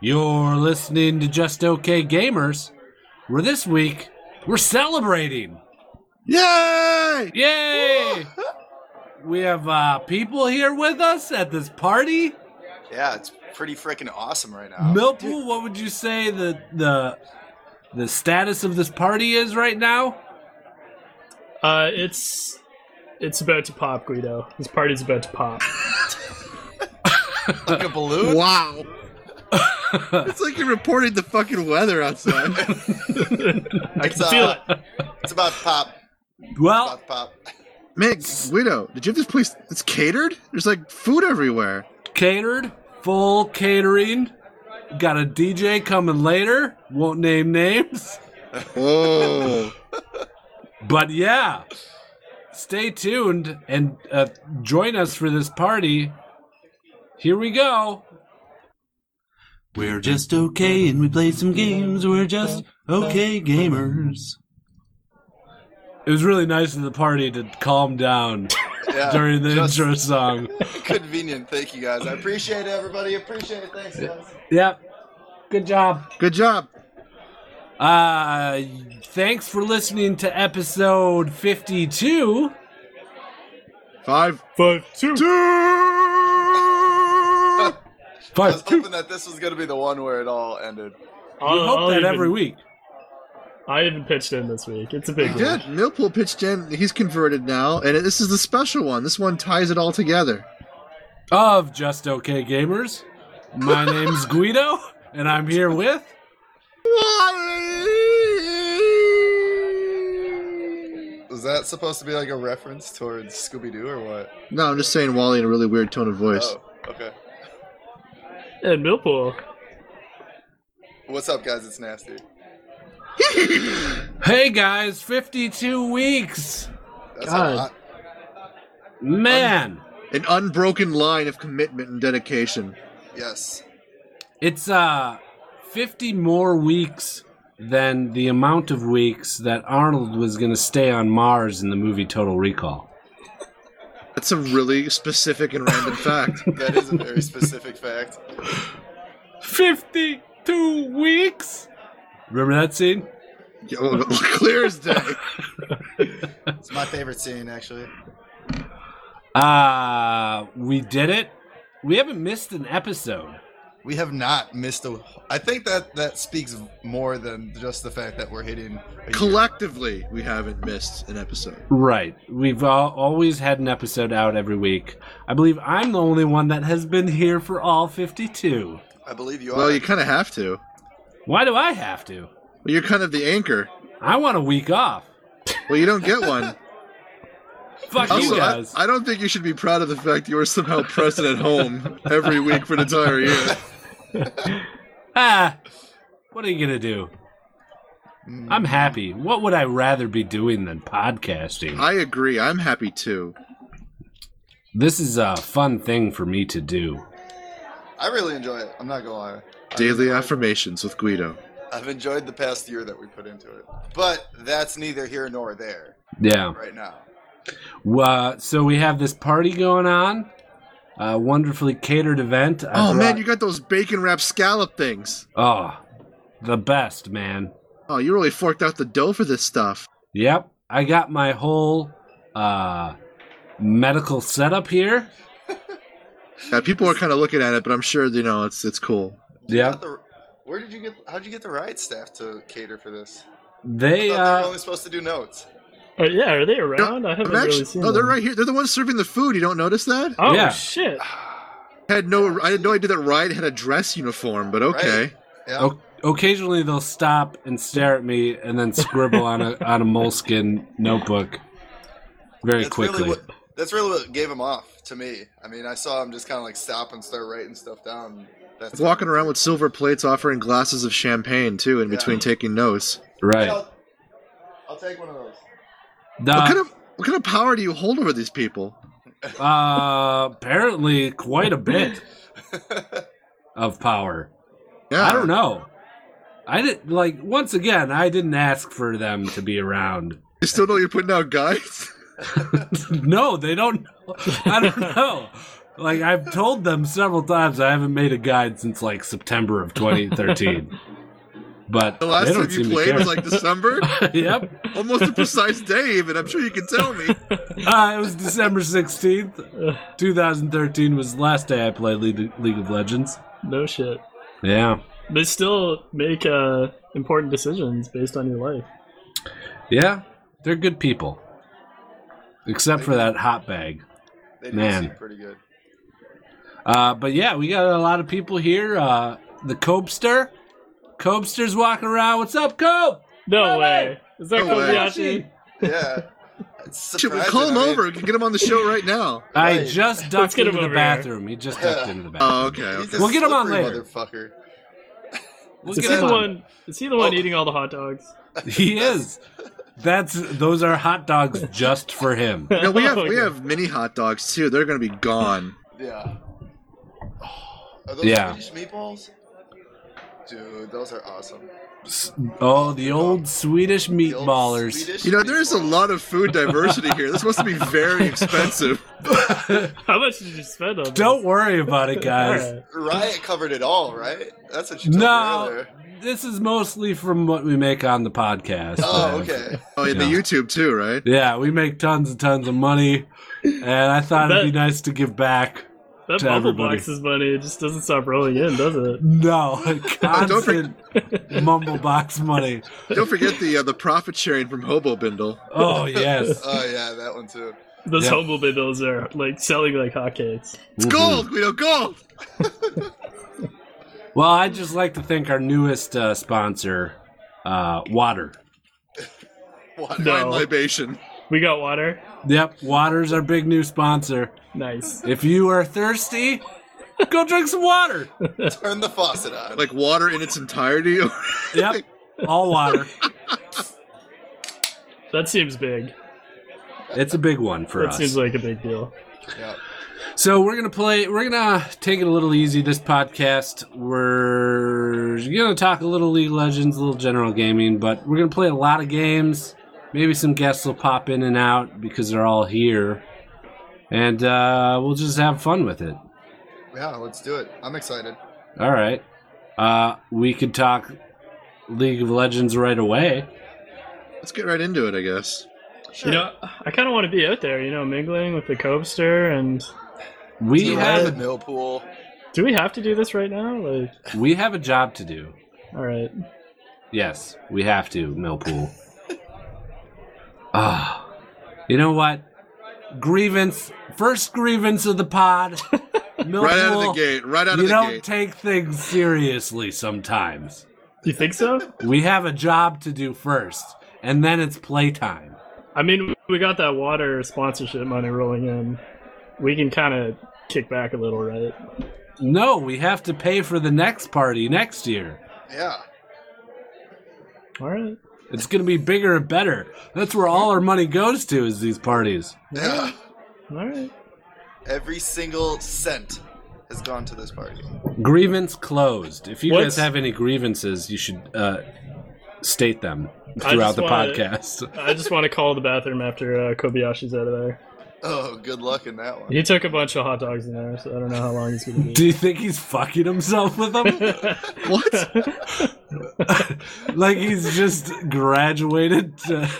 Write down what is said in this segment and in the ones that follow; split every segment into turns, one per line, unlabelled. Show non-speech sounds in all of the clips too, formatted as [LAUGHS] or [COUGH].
You're listening to Just Okay Gamers, where this week we're celebrating.
Yay!
Yay! we have uh, people here with us at this party.
Yeah, it's pretty freaking awesome right now.
Millpool, what would you say the the the status of this party is right now?
Uh, it's it's about to pop, Guido. This party's about to pop.
Like a balloon.
Wow. it's like you're reporting the fucking weather outside.
I
It's,
can feel
uh,
it.
It's about to pop.
Well,
About to pop.
Man, Guido, did you have this place that's catered? There's like food everywhere.
catered, full catering. Got a DJ coming later. Won't name names.
Whoa.
But yeah, stay tuned and uh, join us for this party. Here we go. We're just okay and we play some games. We're just okay gamers. It was really nice of the party to calm down
Yeah,
during
[LAUGHS]
the
just
intro song.
Convenient. Thank you guys. I appreciate it, everybody. Appreciate it. Thanks, guys.
Yep. Good job.
Good job.
Uh, thanks for listening to episode 52.
Five,
Five, two. [LAUGHS]
two.
I was
Five,
[LAUGHS]
two.
hoping that this was gonna be the one where it all ended.
I'll,
We hope
I'll
that
even,
every week.
I even pitched in this week. It's a big
Good.
one.
Millpool pitched in. He's converted now, and this is the special one. This one ties it all together.
of Just Okay Gamers. My name's Guido, and I'm here with.
Was that supposed to be like a reference towards Scooby Doo or what?
No, I'm just saying Wally in a really weird tone of voice.
Oh, okay.
And Millpool.
What's up, guys? It's nasty.
Hey guys, 52 weeks!
That's
God.
hot.
Man,
An unbroken line of commitment and dedication.
Yes.
it's uh 50 more weeks than the amount of weeks that Arnold was going to stay on Mars in the movie Total Recall.
That's a really specific
[LAUGHS]
and random fact.
That is a very specific fact.
52 weeks? Remember that scene?
Yeah, well, [LAUGHS] Clear as day.
It's my favorite scene, actually.
Uh, we did it. We haven't missed an episode.
We have not missed a. I think that that speaks more than just the fact that we're hitting. A year.
Collectively, we haven't missed an episode.
Right. We've all, always had an episode out every week. I believe I'm the only one that has been here for all 52.
I believe you are.
Well, you kind of have to.
Why do I have to?
Well, you're kind of the anchor.
I want a week off.
Well, you don't get one.
Fuck [LAUGHS]
Also,
you
I,
guys.
I don't think you should be proud of the fact you were somehow present at home every week for an
[LAUGHS]
entire year.
ah, what are you going to do? I'm happy. What would I rather be doing than podcasting?
I agree. I'm happy too.
This is a fun thing for me to do.
I really enjoy it. I'm not gonna lie. I've
Daily
enjoyed-
affirmations with Guido.
I've enjoyed the past year that we put into it, but that's neither here nor there
Yeah.
right now.
Uh, so we have this party going on. A wonderfully catered event. I
Oh man,
brought-
you got those bacon wrap scallop things.
Oh, the best, man.
Oh, you really forked out the dough for this stuff.
Yep, I got my whole uh, medical setup here.
Yeah, people are kind of looking at it, but I'm sure you know it's it's cool.
You
Yeah.
got the- where did you get? How'd you get the ride staff to cater for this? I
They
thought they were
uh,
only supposed to do notes.
Uh, yeah, are they around? I haven't
I'm actu-
really seen
oh, they're
them.
right here. They're the ones serving the food. You don't notice that?
Oh,
Yeah.
shit.
I had no. I had no idea that Riot had a dress uniform, but okay.
Yeah.
o- occasionally they'll stop and stare at me, and then scribble on a on a moleskin notebook very
That's
quickly.
Really what, that's really what gave him off to me. I mean, I saw him just kind of like stop and start writing stuff down. That's
It's walking around with silver plates, offering glasses of champagne too, in between taking notes.
right.
I'll, I'll take one of those.
What kind
The-
of what kind of power do you hold over these people?
uh, apparently, quite a bit of power.
Yeah,
I don't know. I didn't like. Once again, I didn't ask for them to be around. [LAUGHS]
You still know you're putting out guys.
no, they don't. I don't know. Like I've told them several times, I haven't made a guide since like September of 2013. But
[LAUGHS] The last
they don't
time you
seem to
played
care.
was
[LAUGHS]
like December,
yep,
almost a precise day. Even I'm sure you can tell me.
uh, it was December 16th, 2013 was the last day I played League League of Legends.
no shit.
Yeah,
They still make uh, important decisions based on your life.
yeah, they're good people, except for that hot bag.
They do
Man.
seem pretty good.
Uh, but yeah, we got a lot of people here. Uh, the Copester, Copster's walking around. What's up, Cope?
No
No
way. Is that
No way.
Kobayashi?
Yeah. It's
Should we
surprising,
call him
I mean-
over? Can get him on the show right now.
I
Right.
just
Let's
ducked
get him
into the
over
bathroom. He just ducked into the bathroom.
Oh, okay.
He's
okay.
a
We'll get him on
slippery
later.
Motherfucker.
Look
Is
at
he the
him.
one? Is he the one
Oh.
eating all the hot dogs?
[LAUGHS] He is. That's those are hot dogs just for him.
No, we have
[LAUGHS] Oh,
we
God.
have mini hot dogs too. They're gonna be gone.
Yeah. Are those
Yeah.
Swedish meatballs? Dude, those are awesome.
S- Oh, the old Swedish
The old
meatballers.
Swedish
You know, there's a
meatballs.
lot of food diversity here. This must be very expensive.
How much did you spend on?
Don't worry about it,
this?
guys.
Alright.
Riot covered it all, right? That's what you told
No.
me earlier.
This is mostly from what we make on the podcast. [LAUGHS]
Oh,
Uh,
okay.
Oh, and the
Yeah.
YouTube too, right?
Yeah, we make tons and tons of money, and I thought it'd be
That-
nice to give back.
That
To
bubble
everybody.
box's money just doesn't stop rolling in, does it?
No, [LAUGHS]
don't
constant mumble box money.
Don't forget the uh, the profit sharing from Hobo Bindle.
Oh yes,
[LAUGHS] Oh yeah, that one too.
Those
Yeah.
homo bindles are like selling like hotcakes.
It's gold, Guido, gold.
Well, I'd just like to thank our newest uh, sponsor, uh, Water.
Water.
No.
Wine libation.
We got water.
Yep, Water's our big new sponsor.
Nice.
If you are thirsty, go drink some water.
Turn the faucet on.
Like water in its entirety. [LAUGHS]
Yep, all water.
That seems big.
It's a big one for
that
us.
seems like a big deal.
yeah.
So we're gonna play. We're gonna take it a little easy this podcast. We're gonna talk a little League of Legends, a little general gaming, but we're gonna play a lot of games. Maybe some guests will pop in and out because they're all here, and uh, we'll just have fun with it.
Yeah, let's do it. I'm excited.
All right. Uh, we could talk League of Legends right away.
Let's get right into it, I guess.
You know, I kind of want to be out there. You know, mingling with the cobster and.
We
You
have
the Millpool.
Do we have to do this right now? Like,
we have a job to do.
all right.
Yes, we have to,
[LAUGHS]
Millpool. Ah. you know what? Grievance, first grievance of the pod.
[LAUGHS]
Millpool,
Right out of the gate. Right
Oh.
out
you
of the
don't
gate.
take things seriously sometimes.
You
[LAUGHS]
think so?
We have a job to do first, and then it's playtime.
I mean, we got that water sponsorship money rolling in. We can kind of kick back a little, right?
No, we have to pay for the next party next year.
Yeah.
All right.
It's going to be bigger and better. That's where all our money goes to is these parties.
Yeah.
All right.
Every single cent has gone to this party.
Grievance closed. If you
What's-
guys have any grievances, you should uh, state them
I
throughout
just
the
wanna-
podcast.
I just want to call the bathroom after uh, Kobayashi's out of there.
Oh, good luck in that one.
He took a bunch of hot dogs in there, so I don't know how long he's gonna
[LAUGHS]
be.
Do you think he's fucking himself with them?
[LAUGHS]
What?
like he's just graduated to,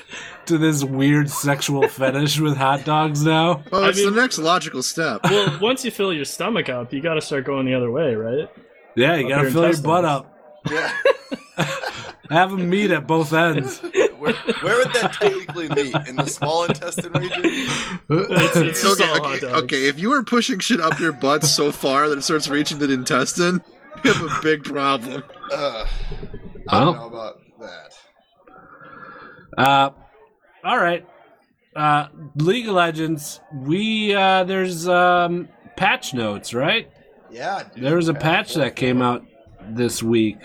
to this weird sexual fetish with hot dogs now?
Well,
I
Oh, it's
mean-
the next logical step.
well, once you fill your stomach up, you got to start going the other way, right?
[LAUGHS]
Yeah, you
Up
gotta
your
fill your
intestines.
butt up.
Yeah.
Have him meet at both
[LAUGHS]
ends.
Where, where would that technically meet? In the small intestine region?
It's, [LAUGHS] it's just
Okay,
all hot
okay,
dogs.
okay, if you were pushing shit up your butt so far that it starts reaching the intestine, [LAUGHS] you have a big problem.
Uh, I don't
Well.
know about that.
Uh, all right. Uh, League of Legends. We uh, there's um, patch notes, right?
Yeah. Dude,
There was a patch that came out this week.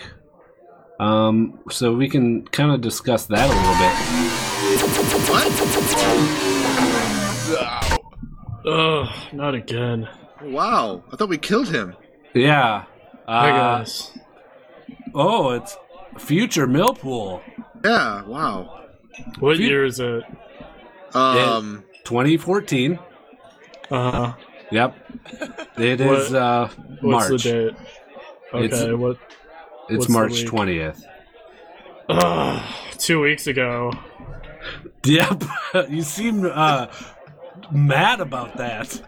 Um, so we can kind of discuss that a little bit.
What?
Wow.
Ugh, not again.
Wow. I thought we killed him.
Yeah.
My
Uh,
gosh.
oh, it's future Millpool,
Yeah, wow.
What
you-
year is it?
Um,
Yeah. 2014.
Uh, [LAUGHS]
Yep. It
What-
is uh,
What's
March.
the date? Okay,
It's-
what?
It's
What's the
March
week?
20th.
Ugh, two weeks ago.
Yep. [LAUGHS] you seem uh, mad about that.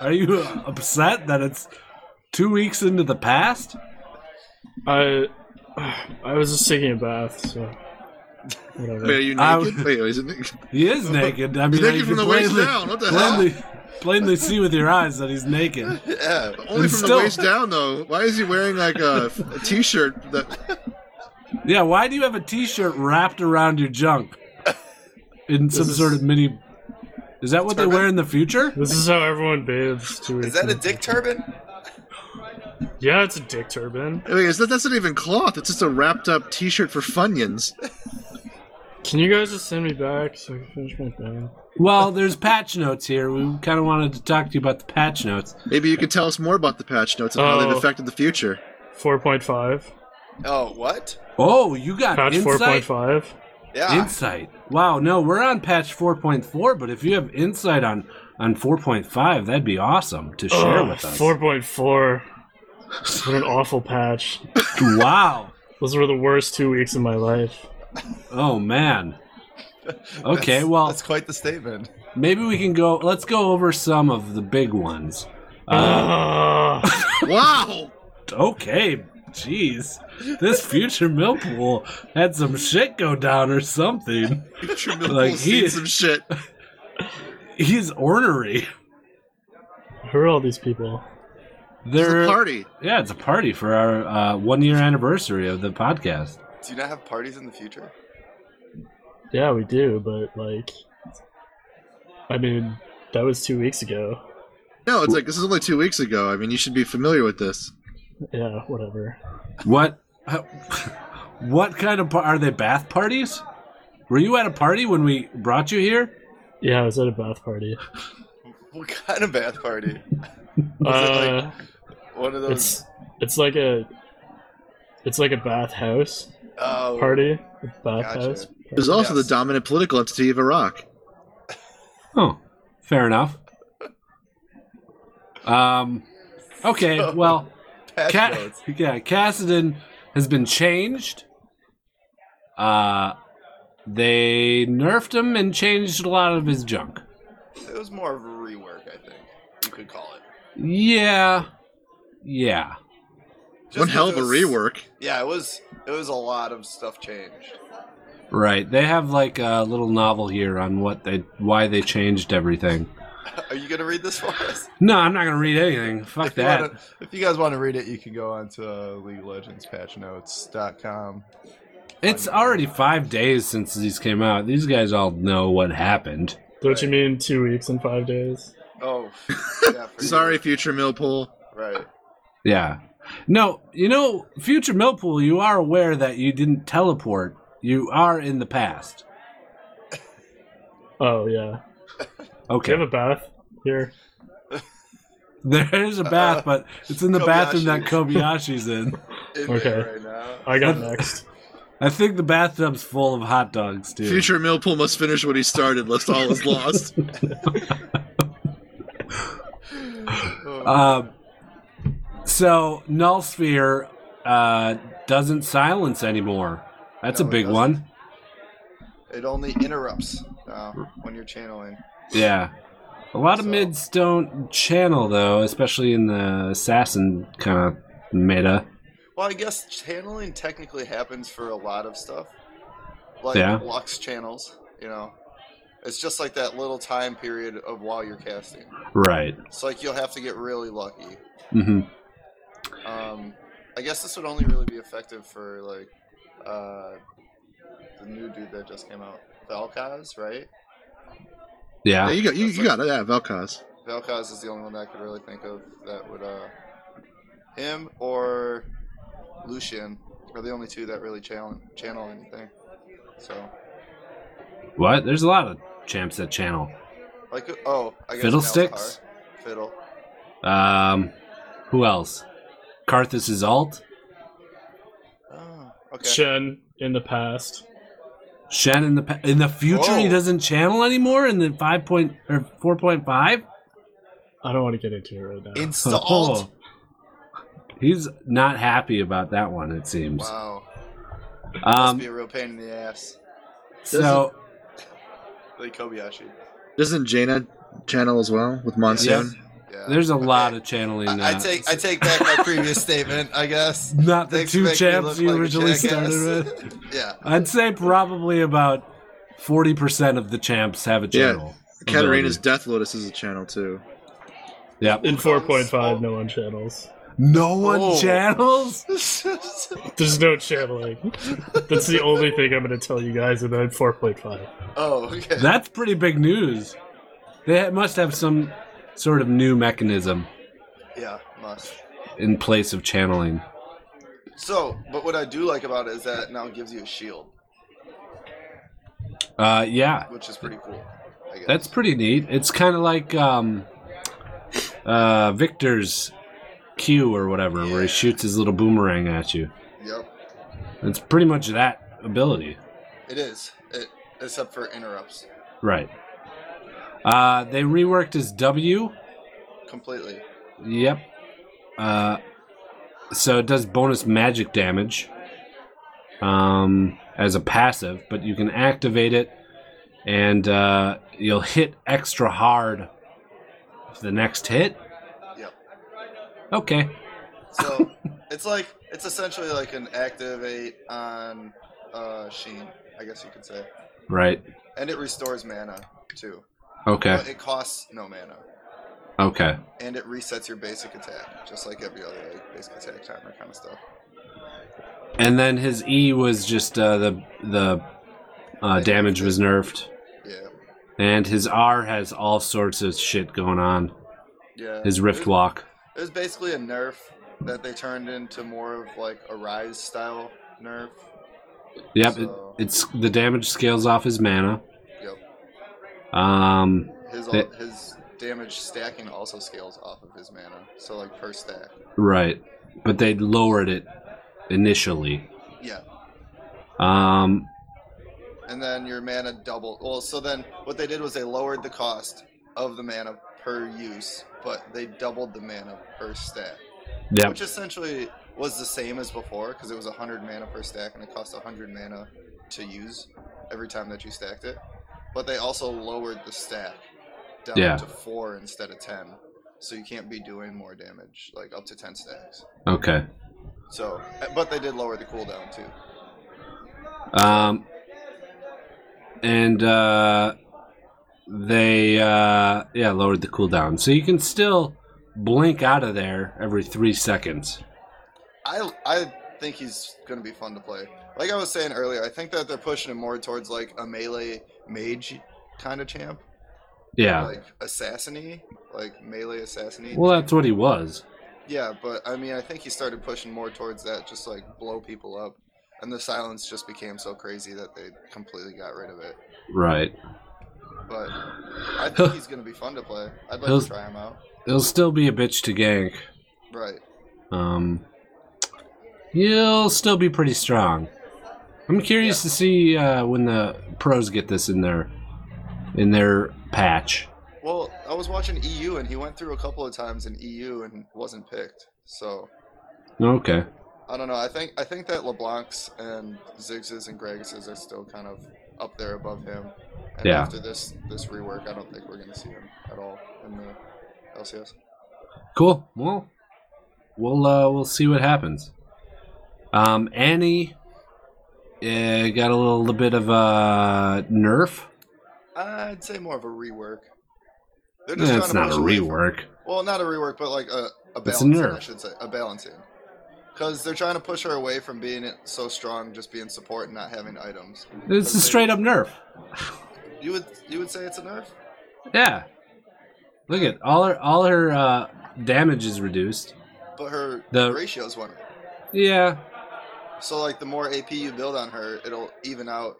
Are you upset that it's two weeks into the past?
I I was just taking a bath, so whatever.
Wait, are you
I
naked? Wait, is it naked? [LAUGHS]
He is naked. I mean,
He's
you
naked
can
from the waist
plainly-
down. What the hell?
plainly, plainly see with your eyes that he's naked.
Yeah.
Only
and
from
still-
the waist down, though. Why is he wearing like a, a t-shirt? That
Yeah, why do you have a T-shirt wrapped around your junk in some
is-
sort of mini? Is that what they
Turban?
wear in the future?
This is how everyone bathes. Two weeks
Is that a
ago.
dick turban?
Yeah, it's a dick turban.
I mean, it's not, that's not even cloth. It's just a wrapped up t-shirt for Funyuns.
Can you guys just send me back so I can finish my bath?
Well, there's patch notes here. We kind of wanted to talk to you about the patch notes.
Maybe you could tell us more about the patch notes and how they've
Oh.
affected the future.
Four point five.
Oh, what?
Oh, you got
Patch four point
insight.
five.
Yeah.
Insight. Wow. No, we're on patch 4.4, but if you have insight on on 4.5, that'd be awesome to share with us.
Four point four. What an awful patch.
Wow.
Those were the worst two weeks of my life.
Oh man. Okay.
That's-
well,
that's quite the statement.
maybe we can go. Let's go over some of the big ones. Uh,
Ugh.
Wow!
Okay. Jeez. This future Millpool had some shit go down or something.
Future Millpool
Like, he-
seen some shit.
He's ornery.
Who are all these people?
It's a
There.
party.
yeah, it's a party for our uh, one year anniversary of the podcast.
Do you not have parties in the future?
Yeah, we do, but like, I mean, that was two weeks ago.
No, it's like this is only two weeks ago. I mean, you should be familiar with this.
Yeah, whatever.
What? uh, What kind of par- are they? Bath parties? Were you at a party when we brought you here?
Yeah, I was at a bath party.
What kind of bath party? it
Uh,
One of those
it's it's like a it's like a bathhouse
oh,
party. A bathhouse.
It was also
Yes.
the dominant political entity of Iraq.
Oh, fair enough. Um, okay,
So-
well,
patch
Ca-
notes.
yeah, Cassidon has been changed. Uh, they nerfed him and changed a lot of his junk.
It was more of a rework, I think you could call it.
Yeah, yeah.
Just
One hell of a
because-
rework.
Yeah, it was. It was a lot of stuff changed. [LAUGHS]
Right. They have like a little novel here on what they why they changed everything.
Are you gonna read this for us?
No, I'm not gonna read
[LAUGHS]
anything. Fuck
If you
that.
wanna- if you guys want to read it, you can go on to uh, League of Legends patch notes.com.
It's already five days since these came out. These guys all know what happened.
Don't you mean two weeks and five days?
Oh, yeah, for
Sorry,
you.
future Millpool.
Right.
Yeah. No, you know, future Millpool, you are aware that you didn't teleport. You are in the past.
Oh yeah. Do you
Okay.
have a bath here?
[LAUGHS] there is a
[LAUGHS]
bath, but it's in the bathroom that Kobayashi's in.
In
Okay.
there right now.
[LAUGHS]
I got next.
I think the bathtub's full of hot dogs too.
Future Millpool must finish what he started, lest all is lost.
[SIGHS] Oh,
Um, so Null Sphere uh, doesn't silence anymore. That's
No,
a
it
big
doesn't.
one.
it only interrupts uh, when you're channeling.
Yeah. A lot of
So-
mids don't channel though, especially in the assassin kind of meta.
Well, I guess channeling technically happens for a lot of stuff, like
Yeah.
Lux channels. You know, it's just like that little time period of while you're casting.
Right.
It's like you'll have to get really lucky.
hmm
Um, I guess this would only really be effective for like uh, the new dude that just came out, Valkaz, right?
Yeah,
Yeah.
you got you, you got it. Yeah, Velkaz.
Valkaz is the only one that I could really think of that would uh, him or Lucian are the only two that really channel channel anything. So
What? There's a lot of champs that channel.
like oh, I guess
Fiddlesticks?
Malzahar, Fiddle.
Um, who else? Karthus is alt.
Oh, okay.
Shen in the past.
Shen in the pa- in the future he
Whoa.
doesn't channel anymore in the five point or four point five.
I don't want to get into it right now.
[LAUGHS] Oh.
Installed.
He's not happy about that one, it seems.
Wow. Must
Um,
be a real pain in the ass.
so,
Like Kobayashi.
Doesn't Jaina channel as well with Monsoon?
Yeah.
there's a
Okay.
lot of channeling uh,
I,
now.
I take I take back my
[LAUGHS]
previous statement. I guess.
not the
Thanks
two
for making me
champs
look
you
like a
originally
jackass.
started with.
[LAUGHS] Yeah.
I'd say probably about 40% of the champs have a
Yeah.
channel.
Katarina's
ability.
Death Lotus is a channel too.
Yep.
In 4.5, no one channels.
No one
Oh.
channels?
There's
[LAUGHS]
no channeling. That's the only thing I'm going to tell you guys about 4.5.
[LAUGHS] oh, okay.
That's pretty big news. They ha- must have some sort of new mechanism
yeah, must.
in place of channeling.
So, but what I do like about it is that it now gives you a shield,
Uh, yeah,
which is pretty cool. I guess.
that's pretty neat. It's kind of like um, uh, Victor's Q or whatever, where he shoots his little boomerang at you.
Yep.
It's pretty much that ability.
It is. It, except for interrupts,
Right. Uh, they reworked his W.
completely.
Yep. Uh, so it does bonus magic damage um, as a passive, but you can activate it and uh, you'll hit extra hard for the next hit.
Yep.
Okay. [LAUGHS]
So it's like it's essentially like an activate on uh, Sheen, I guess you could say,
Right.
and it restores mana too.
Okay.
But it costs no mana,
Okay.
and it resets your basic attack, just like every other like, basic attack timer kind of stuff.
And then his E was just uh, the the uh, damage was nerfed,
Yeah.
and his R has all sorts of shit going on.
Yeah.
His rift
It was-
walk.
It was basically a nerf that they turned into more of like a rise style nerf.
Yep. It,
So,
it's the damage scales off his mana.
yep.
Um,
His all,
It-
his damage stacking also scales off of his mana. So like per stack.
right, but they lowered it initially.
Yeah.
Um,
And then your mana doubled. Well, so then what they did was they lowered the cost of the mana per use, but they doubled the mana per stack,
yep,
which essentially was the same as before because it was 100 mana per stack and it cost 100 mana to use every time that you stacked it. But they also lowered the stack down
Yeah.
to 4 instead of 10. So you can't be doing more damage, like up to 10 stacks.
okay.
So, but they did lower the cooldown too.
Um, and uh, they uh, yeah lowered the cooldown, so you can still blink out of there every three seconds.
I I think he's gonna be fun to play. Like I was saying earlier, I think that they're pushing him more towards like a melee mage kind of champ,
Yeah.
like assassiny, like melee assassiny.
Well, uh, that's what he was.
Yeah, but I mean, I think he started pushing more towards that, just like blow people up, and the silence just became so crazy that they completely got rid of it.
Right.
But I
[LAUGHS]
think he's gonna be fun to play. I'd like
Those-
to try him out.
He'll still be a bitch to gank.
Right.
Um, he'll still be pretty strong. I'm curious to see uh, when the pros get this in their in their patch.
Well, I was watching EU, and he went through a couple of times in EU and wasn't picked. So
Okay.
I don't know. I think I think that LeBlancs and Ziggs and Greguses are still kind of up there above him. And
Yeah.
after this this rework, I don't think we're going to see him at all in the LCS.
Cool. Well, we'll uh, we'll see what happens. Um, Annie uh, got a little bit of a nerf.
I'd say more of a rework. They're just
That's
trying
not
to
a
push away from-
rework.
well, not a rework, but like a, a
It's a
balancing,
nerf.
I should say. A balancing. Because they're trying to push her away from being so strong, just being support and not having items.
It's a straight up nerf.
You would you would say it's a nerf?
Yeah. Look at all her all her uh, damage is reduced.
But her
The-
ratios went up.
Yeah,
So like the more AP you build on her, it'll even out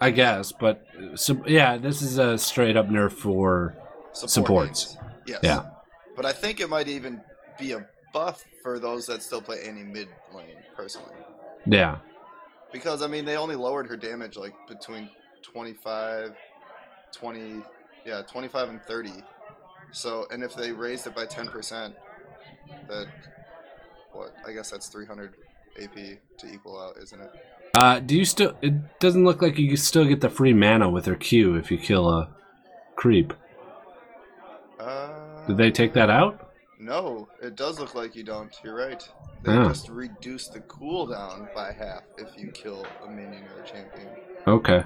I guess, but so, yeah, this is a straight up nerf for
support
Supports.
names. Yes.
Yeah.
But I think it might even be a buff for those that still play any mid lane personally,
yeah,
because I mean they only lowered her damage like between 25, 20, yeah, 25 and 30 So, and if they raised it by 10%, that, what, I guess that's 300 AP to equal out, isn't it?
Uh, do you still? It doesn't look like you still get the free mana with her Q if you kill a creep.
Uh,
Did they take that out?
No, it does look like you don't. You're right. They
Oh.
just reduce the cooldown by half if you kill a minion or a champion.
Okay,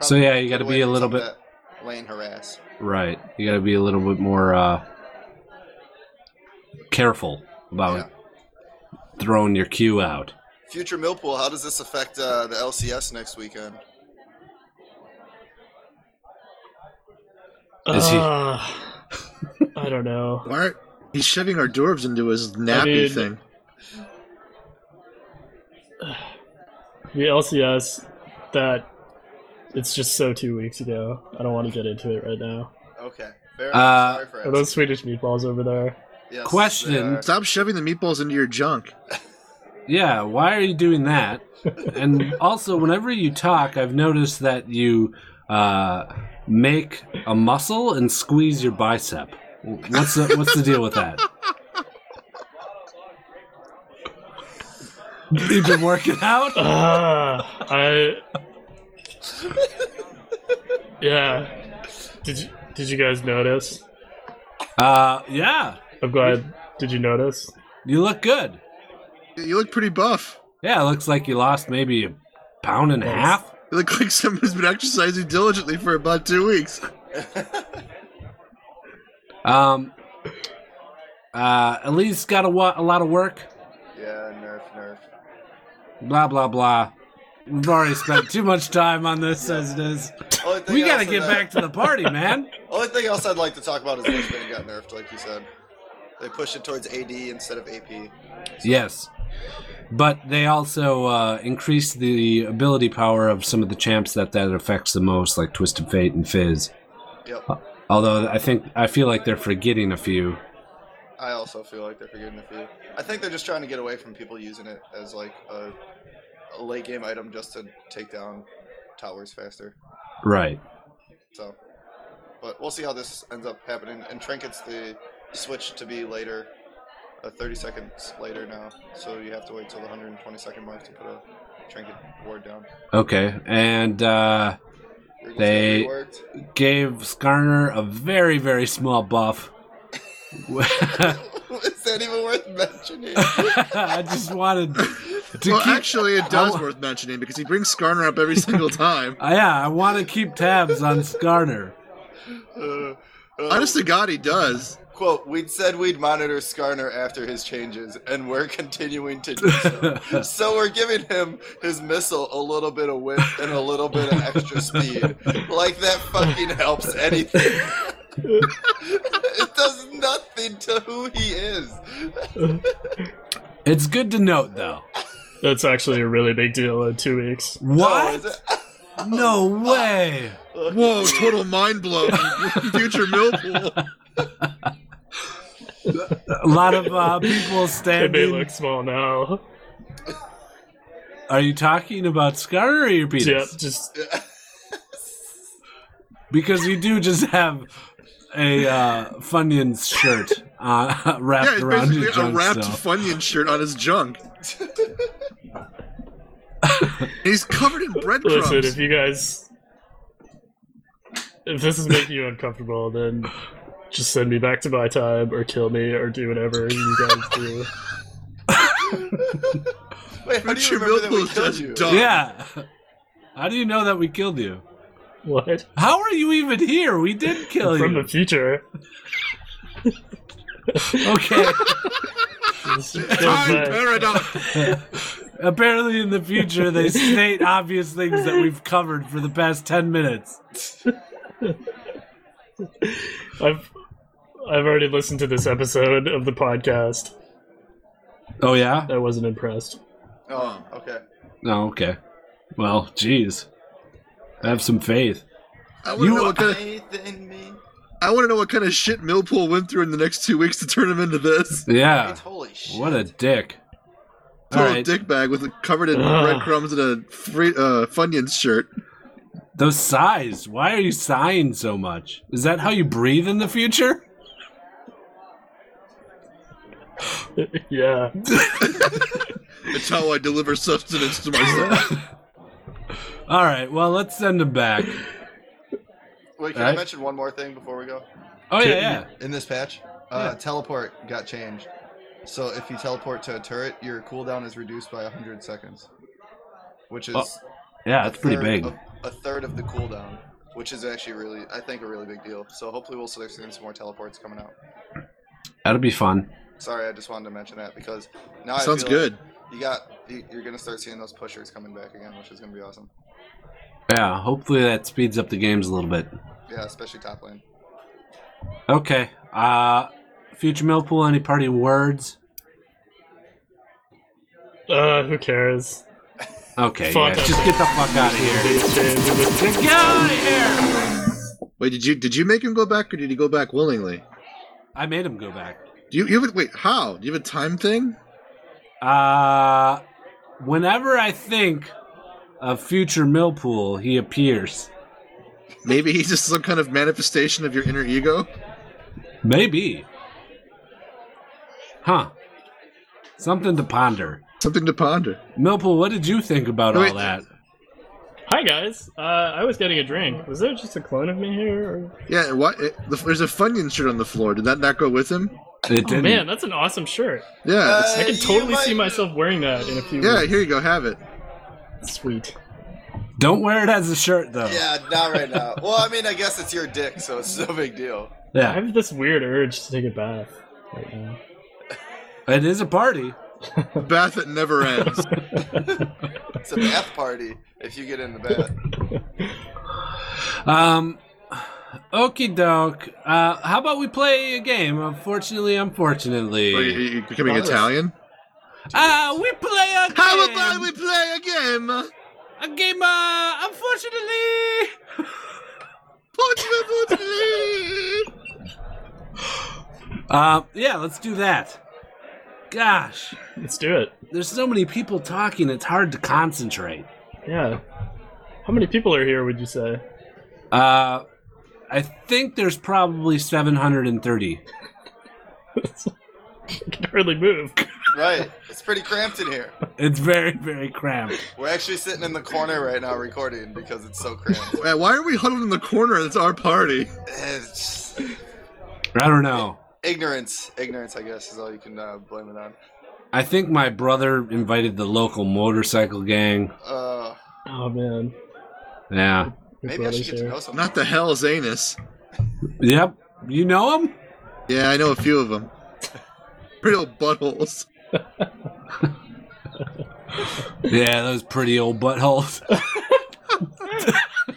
So, yeah, you gotta
Good way
be a
to
little
top
bit-
that lane harass.
right. You gotta be a little bit more uh, careful about throwing your Q out.
Future Millpool, how does this affect uh, the LCS next weekend?
Is he-
Uh, I don't know.
Why? are- He's shoving our dwarves into his nappy
mean-
thing.
The LCS that it's just so two weeks ago. I don't want to get into it right now.
Okay, fair
Uh,
enough. Sorry for
Are
asking.
those Swedish meatballs over there?
Yes, they
Question.
are.
Stop shoving the meatballs into your junk.
Yeah, why are you doing that? and also, whenever you talk, I've noticed that you uh, make a muscle and squeeze your bicep. What's the, what's the deal with that? You've been working out?
Uh,
[LAUGHS]
I. Yeah. Did you Did you guys notice?
Uh, yeah,
I'm glad. Did you notice?
you look good.
You look pretty buff.
Yeah, it looks like you lost maybe a pound and a
Thanks.
half.
You look [LAUGHS] like someone's been exercising diligently for about two weeks.
Um, uh, Elise got a, wa- a lot of work.
[LAUGHS] Yeah, nerf, nerf.
blah blah blah. We've already spent too much time on this as it is.
Only thing
We gotta
else
get
that-
back to the party, man.
Only thing else I'd like to talk about is Lisbon got nerfed, like you said. They pushed it towards AD instead of AP.
yes, but they also uh, increased the ability power of some of the champs that that affects the most, like Twisted Fate and Fizz. Uh,
Yep.
Although I think I feel like they're forgetting a few.
I also feel like they're forgetting a few. I think they're just trying to get away from people using it as like a, a late game item just to take down towers faster.
Right.
So, but we'll see how this ends up happening. And trinkets the switch to be later, uh, 30 seconds later now. So you have to wait till the 120 second mark to put a trinket ward down.
Okay. And uh,
Regal's
They-
got reworked.
gave Skarner a very very small buff.
[LAUGHS]
[LAUGHS]
Is that even worth mentioning?
I just wanted to
well,
keep
actually, it does
I'll-
worth mentioning because he brings Skarner up every single time.
Uh, yeah, I want to keep tabs on Skarner. [LAUGHS]
Uh, uh,
Honest to God, he does.
Quote, we'd said we'd monitor Skarner after his changes, and we're continuing to do
[LAUGHS]
so. so we're giving him his missile a little bit of width and a little bit of extra speed. Like that fucking helps anything. [LAUGHS] it does nothing to who he is.
It's good to note, though.
That's actually a really big deal in two weeks.
Oh,
What?
is it? [LAUGHS]
No way.
Whoa, total mind blow. [LAUGHS] Future Millpool.
A lot of uh, people
It may
standing.
look small now.
Are you talking about Skarner or your penis?
Yep, just
Because you do just have a uh, Funyuns shirt uh, [LAUGHS]
yeah,
wrapped
it's
around your
basically a
junk.
wrapped [LAUGHS]
so-
Funyun shirt on his
[LAUGHS]
junk. And he's covered in breadcrumbs.
listen. If you guys, if this is making you uncomfortable, then just send me back to my time, or kill me, or do whatever you guys do. [LAUGHS]
Wait, how do you
Future
remember that we
Millpool's
killed
just
you?
dumb.
yeah. How do you know that we killed you?
What?
How are you even here? We did kill
From
you.
the future.
okay.
It's just-
Time paradox.
Apparently, in the future, [LAUGHS] they state obvious things that we've covered for the past 10 minutes.
I've I've already listened to this episode of the podcast.
Oh, yeah?
I wasn't impressed. [LAUGHS]
Oh, okay.
Oh, okay. Well, geez. Have some faith.
I want to
You-
know what kind of
Faith in me.
I want to know what kind of shit Millpool went through in the next two weeks to turn him into this.
Yeah.
Faith, holy shit.
Ah, What a dick. All
Total
right.
dick bag with covered in
Ugh.
breadcrumbs and a free, uh, Funyuns shirt.
Those sighs. Why are you sighing so much? Is that how you breathe in the future?
yeah.
It's how I deliver sustenance to
[LAUGHS]
myself.
All right. Well, let's send him back.
Wait, can I
Alright.
mention one more thing before we go?
Oh yeah,
Kitten.
yeah.
In this patch, uh, teleport got changed. So if you teleport to a turret, your cooldown is reduced by 100 seconds, which is
Oh, Yeah,
a
that's pretty
third
big.
of- a third of the cooldown, which is actually really, I think, a really big deal. So hopefully we'll start seeing some more teleports coming out.
That'll be fun.
Sorry, I just wanted to mention that because now
Sounds
I feel
good.
Like you got you- you're gonna start seeing those pushers coming back again, which is gonna be awesome.
Yeah, hopefully that speeds up the games a little bit.
Yeah, especially top lane.
Okay. Uh Future Millpool, any party words?
Uh, who cares?
Okay,
Fuck
yeah.
that.
Just get the fuck out of here.
These changes.
Just get out of here!
Wait, did you did you make him go back or did he go back willingly?
I made him go back.
Do you, you have a, wait? How do you have a time thing?
Uh whenever I think of Future Millpool, he appears.
Maybe he's just some kind of manifestation of your inner ego.
Maybe. Huh. Something to ponder.
Something to ponder.
Millpool, what did you think about
Wait.
all that?
Hi guys. Uh, I was getting a drink. Was there just a clone of me here? Or...
Yeah, what? It, the, there's a Funyun shirt on the floor. Did that not go with him?
It
Oh
didn't.
man, that's an awesome shirt.
Yeah, it's-
I can
Uh, you
totally
might-
see myself wearing that in a few.
yeah.
weeks.
Here you go. Have it.
Sweet.
Don't wear it as a shirt though.
Yeah, not right now. well, I mean, I guess it's your dick, so it's no big deal.
I
yeah.
have this weird urge to take a bath right now.
It is a party.
A bath that [LAUGHS] never ends.
It's a bath party if you get in the bath.
Um, okie doke. Uh, how about we play a game? Unfortunately,
Are you, are
unfortunately.
you becoming
Honest.
Italian?
Ah, we play a game.
How about we play a game?
a game? Uh, unfortunately.
[LAUGHS] Unfortunately.
Uh, yeah, let's do that. Gosh,
Let's do it.
there's so many people talking. It's hard to concentrate.
Yeah. How many people are here? Would you say? [LAUGHS]
Uh, I think there's probably 730.
I can hardly move.
Right. It's pretty cramped in here.
It's very, very cramped.
We're actually sitting in the corner right now recording because it's so cramped.
Wait, Uh, Why are we huddled in the corner? That's our party.
It's just-
I don't know.
ignorance, ignorance, I guess, is all you can uh, blame it on.
I think my brother invited the local motorcycle gang.
Uh,
Oh man.
Yeah.
Your
maybe I should
brother's
get to
here.
know someone.
Not the hell's anus.
Yep. You know him?
Yeah, I know a few of them. [LAUGHS] Real buttholes.
Yeah, those pretty old buttholes. [LAUGHS]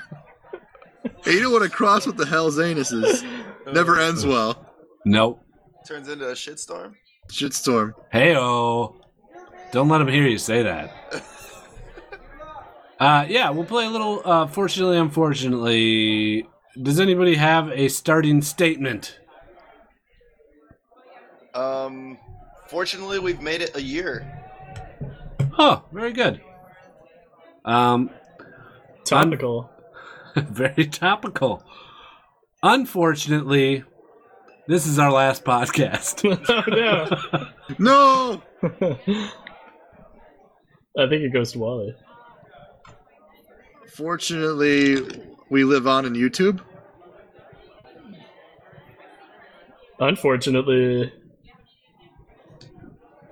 Hey, you don't want to cross with the hell's [LAUGHS] anuses. Never ends well.
nope.
Turns into a shitstorm.
Shitstorm.
Hey oh. Don't let him hear you say that. Uh yeah, we'll play a little uh fortunately unfortunately. Does anybody have a starting statement?
Um, fortunately, we've made it a year.
Oh, very good. Um [LAUGHS]
Topical. [LAUGHS]
very topical. Unfortunately, this is our last podcast. [LAUGHS]
oh no. [LAUGHS]
No!
I think it goes to Wally.
Fortunately, we live on in YouTube.
Unfortunately,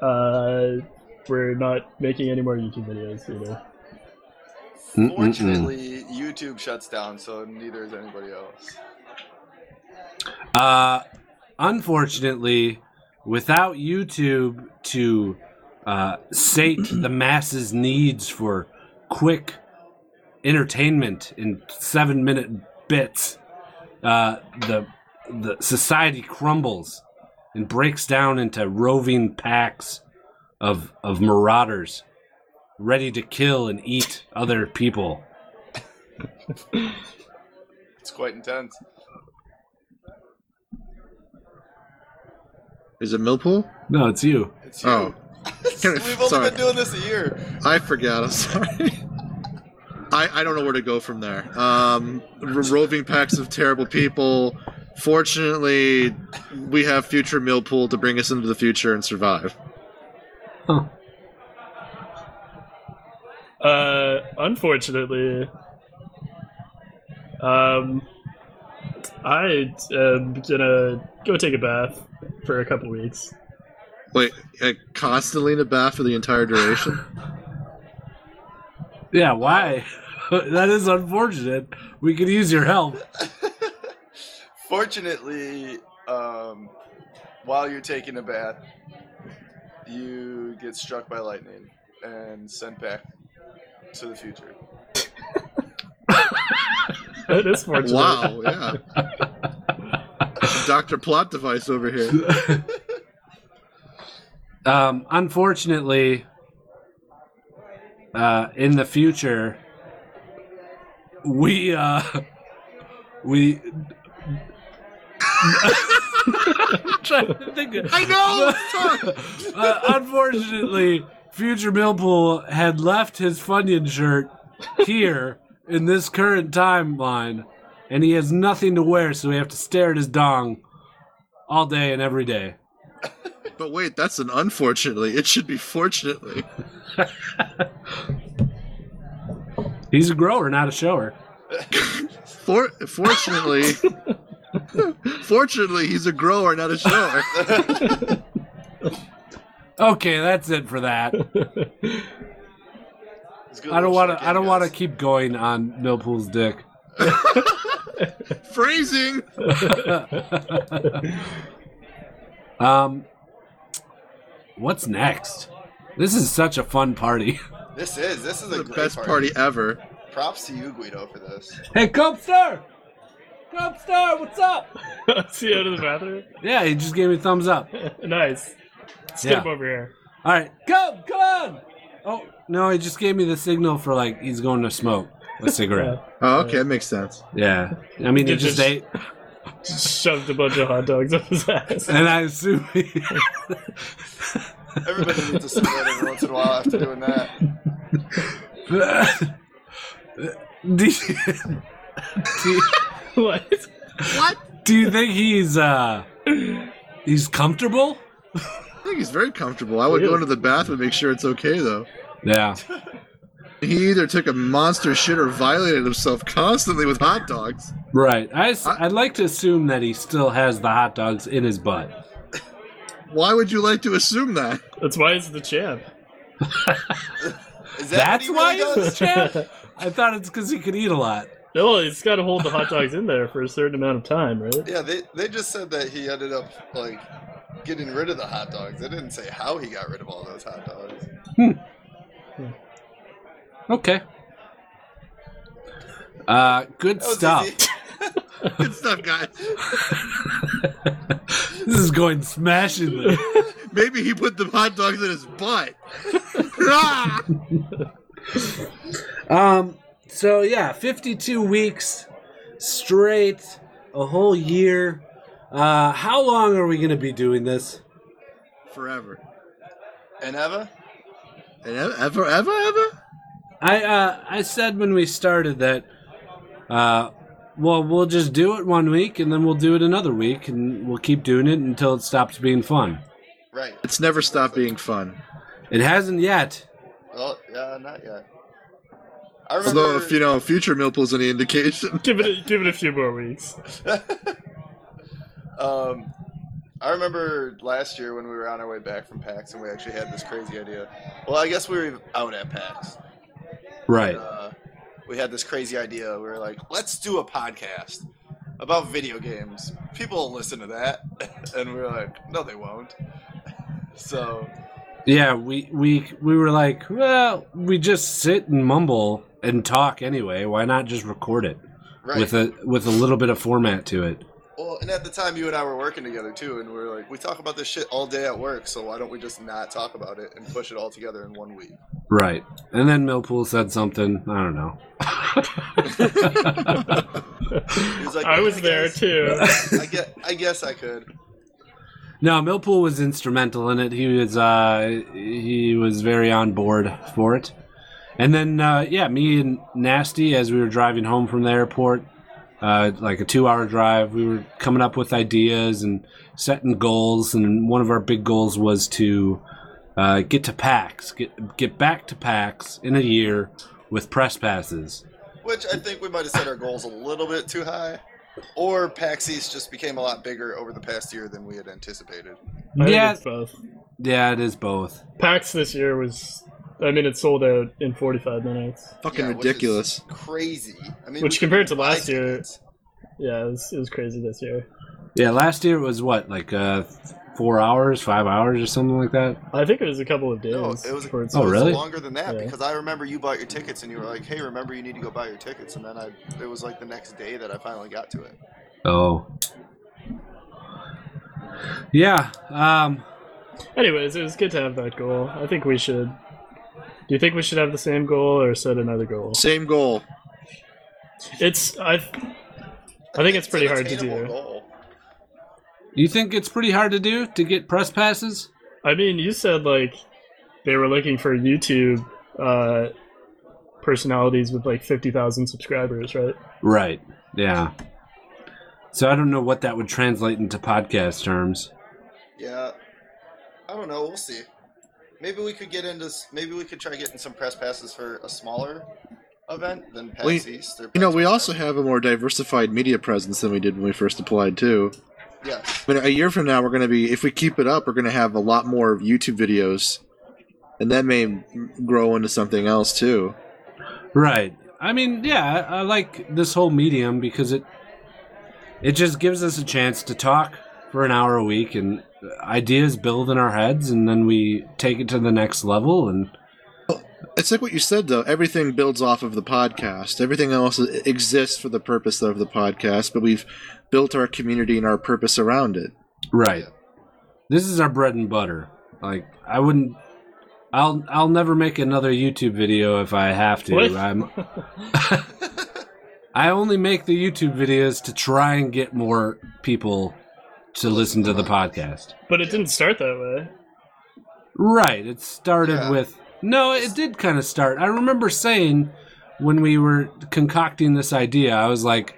uh, we're not making any more YouTube videos either.
Mm-mm-mm.
Fortunately, YouTube shuts down, so neither is anybody else.
Uh, unfortunately, without YouTube to uh, sate the masses' needs for quick entertainment in seven-minute bits, uh, the the society crumbles and breaks down into roving packs of of marauders, ready to kill and eat other people.
It's quite intense.
Is it Millpool?
No, it's you.
It's [LAUGHS] you.
Oh,
We've only
Sorry.
been doing this a year.
I forgot. I'm sorry. I, I don't know where to go from there. Um, r- roving packs of terrible people. Fortunately, we have future Millpool to bring us into the future and survive.
Uh, unfortunately, um, I am gonna go take a bath for a couple weeks. [LAUGHS]
Wait, uh, constantly in a bath for the entire [LAUGHS] duration?
Yeah, why? [LAUGHS] that is unfortunate. We could use your help.
Fortunately, um, while you're taking a bath, you get struck by lightning and sent back to the future.
That is fortunate.
wow, yeah. Dr. Plot Device over here.
Um, unfortunately, uh, in the future, we uh, [LAUGHS] we. [LAUGHS] I'm trying to think. of-
[LAUGHS] I know!
uh, unfortunately, future Millpool had left his Funyun shirt here in this current timeline, and he has nothing to wear, so we have to stare at his dong all day and every day.
But wait, that's an unfortunately. It should be fortunately.
He's a grower, not a shower.
For-
[LAUGHS]
fortunately, fortunately, he's a grower, not a
[LAUGHS]
shower.
Okay, that's it for that.
It's good
I don't
little
want to.
shaking,
I don't want to
guys.
keep going on Millpool's dick.
Phrasing.
Um, what's next? This is such a fun party. [LAUGHS]
This is this is a
The
great
best party e- ever.
Props to you, Guido, for this.
Hey, Copster! Copster, what's up?
[LAUGHS] See you out of the bathroom.
Yeah, he just gave me a thumbs up.
nice. Skip
Yeah.
over here.
All right, go, come on. Oh no, he just gave me the signal for like he's going to smoke a cigarette.
Oh, okay, that makes sense.
yeah, I mean he
Did
just
this-
ate,
Shoved a bunch of hot dogs up his ass. [LAUGHS]
and I assume. He... [LAUGHS]
Everybody needs a cigarette every once in a while after doing that.
do, you, [LAUGHS] do,
what?
What?
do you think he's uh he's comfortable?
I think he's very comfortable. I would
Really?
go into the bath and make sure it's okay, though.
Yeah.
He either took a monster shit or violated himself constantly with hot dogs.
Right. I, s-
I-
I'd like to assume that he still has the hot dogs in his butt.
Why would you like to assume that? [LAUGHS]
That's why it's the champ.
Is that
That's
what
why
he really
he's
does?
the champ. I thought it's because he could eat a lot.
No, it's got to hold the hot dogs in there for a certain amount of time, right?
Yeah, they they just said that he ended up like getting rid of the hot dogs. They didn't say how he got rid of all those hot dogs.
Okay. Uh, good
That was
stuff.
easy.
Good stuff, guys.
[LAUGHS] This is going smashingly.
Maybe he put the hot dogs in his butt. [LAUGHS] Ah!
Um. So yeah, fifty-two weeks straight, a whole year. Uh, how long are we going to be doing this?
Forever.
And Eva,
And ever, ever, ever, ever?
I uh, I said when we started that. Uh, well, we'll just do it one week, and then we'll do it another week, and we'll keep doing it until it stops being fun.
right?
It's never stopped being fun.
It hasn't yet.
Well, yeah, not yet. I remember.
Although, if you know, future Millpool's any indication. [LAUGHS]
Give it, a, give it a few more weeks.
um, I remember last year when we were on our way back from PAX and we actually had this crazy idea. Well, I guess we were out at PAX.
Right.
Uh, we had this crazy idea. We were like, let's do a podcast about video games. People will listen to that. [LAUGHS] and we were like, no, they won't. [LAUGHS] so,
Yeah. We we we were like, well, we just sit and mumble and talk anyway. Why not just record it
right.
with a with a little bit of format to it?
well, and at the time, you and I were working together too. And we were like, we talk about this shit all day at work. So why don't we just not talk about it and push it all together in one week?
Right. And then Millpool said something. I don't know. [LAUGHS]
He was like,
I was
"Yeah,
there
guess-
too.
I guess, I guess I could.
No, Millpool was instrumental in it. He was uh, he was very on board for it, And then, uh, yeah, me and Nasty, as we were driving home from the airport, uh, like a two hour drive, we were coming up with ideas and setting goals. And one of our big goals was to uh, get to PAX, get, get back to PAX in a year with press passes.
Which I think we might have set our goals a little bit too high. Or PAX East just became a lot bigger over the past year than we had anticipated.
I think
[LAUGHS] Yeah.
it's both.
Yeah, it is both.
PAX this year was, I mean, it sold out in 45 minutes.
Fucking
Yeah, which is
ridiculous.
Crazy. I mean,
Which
we
compared
could
to last
buy
year-
tickets.
Yeah, it was, it was crazy this year.
Yeah, last year it was what, like uh, four hours, five hours, or something like that?
I think it was a couple of days.
No, it was.
before it
Oh,
sold.
it was
really?
Longer than that
Yeah.
because I remember you bought your tickets and you were like, "Hey, remember you need to go buy your tickets." And then I, it was like the next day that I finally got to it.
Oh. Yeah. Um,
Anyways, it was good to have that goal. I think we should. Do you think we should have the same goal or set another goal?
Same goal.
It's I. I think it's pretty
an
hard to
attainable
do.
goal.
you think it's pretty hard to do to get press passes?
I mean, you said like they were looking for YouTube uh, personalities with like fifty thousand subscribers, right?
Right. Yeah. So I don't know what that would translate into podcast terms.
Yeah, I don't know. We'll see. Maybe we could get into. s- Maybe we could try getting some press passes for a smaller event than PAX
We-
East. Or
You know,
PAX
we
West.
also have a more diversified media presence than we did when we first applied too.
Yes.
But a year from now, we're going to be if we keep it up, we're going to have a lot more YouTube videos, and that may grow into something else too.
Right. I mean, yeah, I I like this whole medium because it it just gives us a chance to talk for an hour a week and ideas build in our heads and then we take it to the next level and
It's like what you said though. Everything builds off of the podcast. Everything else i- exists for the purpose of the podcast, but we've built our community and our purpose around it.
Right. This is our bread and butter. Like I wouldn't I'll I'll never make another YouTube video if I have to.
What?
I'm I only make the YouTube videos to try and get more people to listen to the podcast.
But it didn't start that way.
Right. It started
Yeah.
with No, it did kind of start. I remember saying when we were concocting this idea, I was like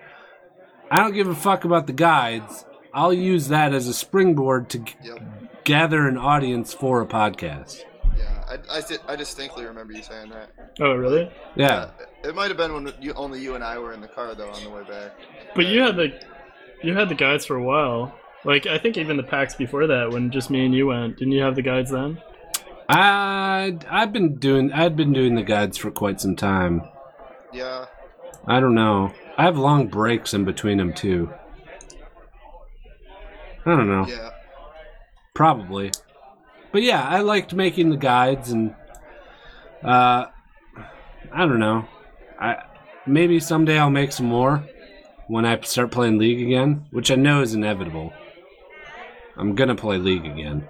I don't give a fuck about the guides. I'll use that as a springboard to g-
Yep.
gather an audience for a podcast.
Yeah. I, I, di- I distinctly remember you saying that. Uh,
Oh, really?
Yeah.
It might have been when you, only you and I were in the car though on the way back.
But you had the you had the guides for a while. Like I think even the packs before that, when just me and you went, didn't you have the
[LAUGHS]
guides then?
I I've been doing I've been doing the guides for quite some time.
Yeah.
I don't know. I have long breaks in between them too. I don't
Oh.
know.
Yeah.
Probably. But yeah, I liked making the guides and uh I don't know. I maybe someday I'll make some more when I start playing league again, which I know is inevitable. I'm going to play league again.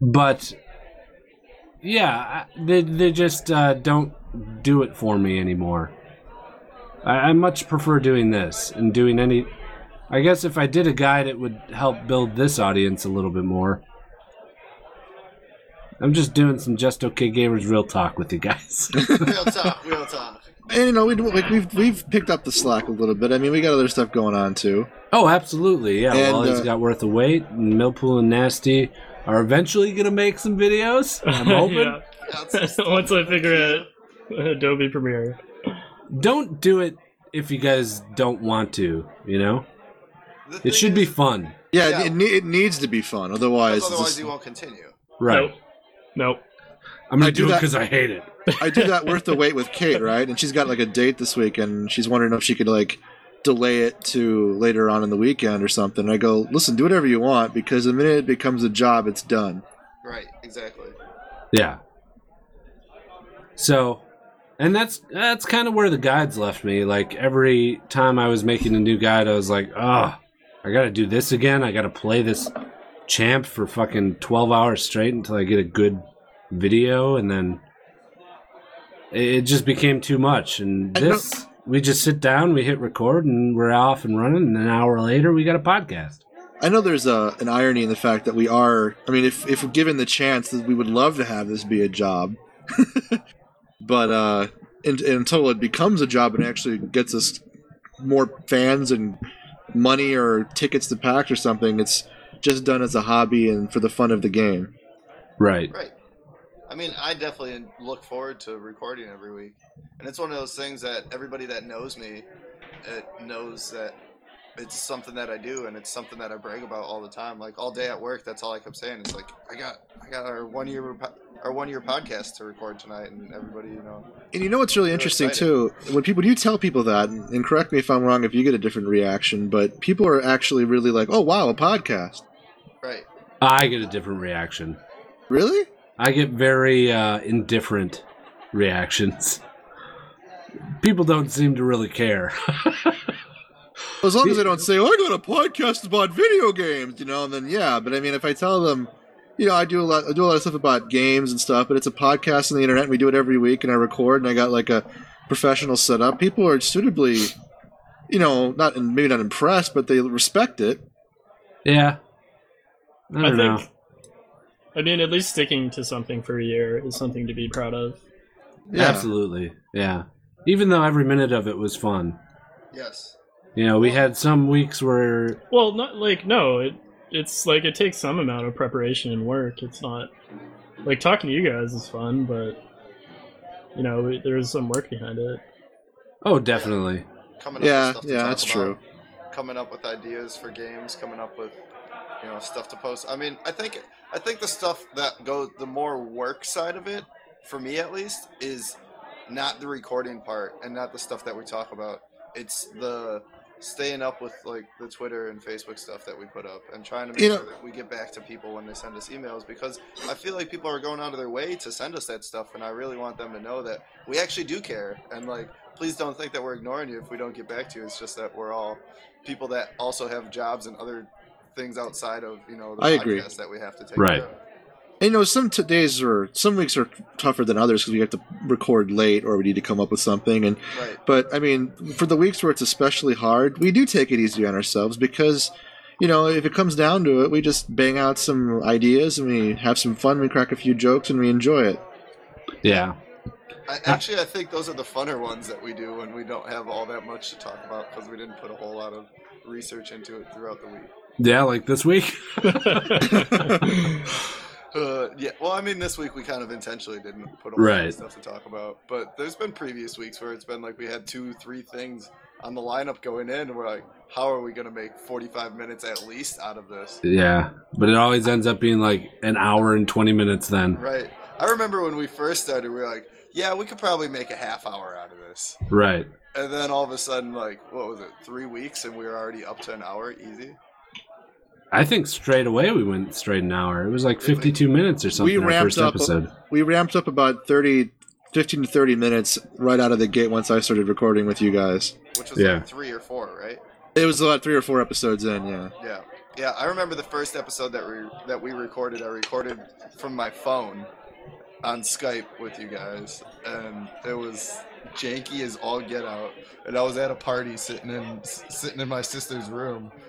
but yeah, I- they they just uh, don't do it for me anymore. I, I much prefer doing this and doing any. I guess if I did a guide, it would help build this audience a little bit more. I'm just doing some just okay gamers real talk with you guys. [LAUGHS]
We on top. We on top.
And you know, we like we've we've picked up the slack a little bit. I mean, we got other stuff going on too.
oh, absolutely, yeah.
And,
well, he's
uh,
got worth of weight. And Millpool and Nasty are eventually gonna make some videos.
[LAUGHS]
I'm hoping.
Yeah. [LAUGHS] Once I figure out Adobe Premiere.
Don't do it if you guys don't want to. You know, it should be fun,
Yeah,
Yeah.
It, ne- it needs to be fun. Otherwise, it's
Otherwise,
just-
you won't continue.
right?
Nope.
I'm gonna
I do
do, it
that-
because I hate it.
I do that worth the wait with Kate, right? And she's got like a date this week, and she's wondering if she could like delay it to later on in the weekend or something. And I go, listen, do whatever you want because the minute it becomes a job, it's done.
Right. Exactly.
Yeah. So, and that's that's kind of where the guides left me. Like every time I was making a new guide, I was like, ah, I gotta do this again. I gotta play this champ for fucking twelve hours straight until I get a good video, and then it it just became too much. And
I know-
this, we just sit down, we hit record, and we're off and running. And an hour later, we got a podcast.
I know there's a an irony in the fact that we are. I mean, if if given the chance, that we would love to have this be a job, [LAUGHS] but uh, in, until it becomes a job and actually gets us more fans and money or tickets to PAX or something, it's just done as a hobby and for the fun of the game.
Right.
Right. I mean, I definitely look forward to recording every week, and it's one of those things that everybody that knows me it knows that it's something that I do, and it's something that I brag about all the time. Like all day at work, that's all I kept saying. It's like I got, I got our one year, po- our one year podcast to record tonight, and everybody, you know,
And you know what's really interesting too? When people when you tell people that, and and correct me if I'm wrong if you get a different reaction, but people are actually really like, "Oh wow, a podcast."
right?
I get a different reaction.
Really?
I get very uh, indifferent reactions. People don't seem to really care. [LAUGHS]
As long as they don't say, oh, I got a podcast about video games, you know, and then yeah. But I mean, if I tell them, you know, I do a lot, I do a lot of stuff about games and stuff, but it's a podcast on the internet. And we do it every week, and I record, and I got like a professional setup. People are suitably, you know, not maybe not impressed, but they respect it.
yeah. I
I
don't know.
think. I mean, at least sticking to something for a year is something to be proud of.
Yeah.
Absolutely. Yeah. Even though every minute of it was fun.
Yes.
You know, we had some weeks where
Well, not like no, it it's like it takes some amount of preparation and work. It's not like talking to you guys is fun, but you know, it- there's some work behind it.
oh, definitely.
Coming up
Yeah,
with stuff to
yeah,
talk
that's
about,
true.
Coming up with ideas for games, coming up with you know stuff to post. I mean, I think I think the stuff that goes the more work side of it, for me at least, is not the recording part and not the stuff that we talk about. It's the staying up with like the Twitter and Facebook stuff that we put up and trying to make
You know-
sure that we get back to people when they send us emails because I feel like people are going out of their way to send us that stuff and I really want them to know that we actually do care and like please don't think that we're ignoring you if we don't get back to you. It's just that we're all people that also have jobs and other things outside of, you know, the
I
podcast
agree.
that we have to take
Right.
care of.
And, you know, some t- days or some weeks are tougher than others because we have to record late or we need to come up with something. And
Right.
But I mean, for the weeks where it's especially hard, we do take it easy on ourselves because, you know, if it comes down to it, we just bang out some ideas and we have some fun, we crack a few jokes, and we enjoy it.
Yeah.
I, actually, I think those are the funner ones that we do when we don't have all that much to talk about because we didn't put a whole lot of research into it throughout the week.
Yeah, like this week. [LAUGHS]
Uh, yeah, well, I mean, this week we kind of intentionally didn't put a whole lot
Right.
of stuff to talk about, but there's been previous weeks where it's been like we had two, three things on the lineup going in, and we're like, how are we going to make 45 minutes at least out of this?
Yeah. But it always ends up being like an hour and 20 minutes then.
Right. I remember when we first started, we were like, yeah, we could probably make a half hour out of this.
Right.
And then all of a sudden, like, what was it, three weeks, and we were already up to an hour easy?
I think straight away we went straight an hour. It was like 52 minutes or something.
We
our
ramped
first
up-
episode.
We ramped up about 30, 15 to 30 minutes right out of the gate once I started recording with you guys.
Which was
Yeah.
like three or four, right?
It was about three or four episodes in, yeah.
Yeah, yeah. I remember the first episode that we that we recorded. I recorded from my phone on Skype with you guys, and it was janky as all get out. And I was at a party sitting in sitting in my sister's room. [LAUGHS]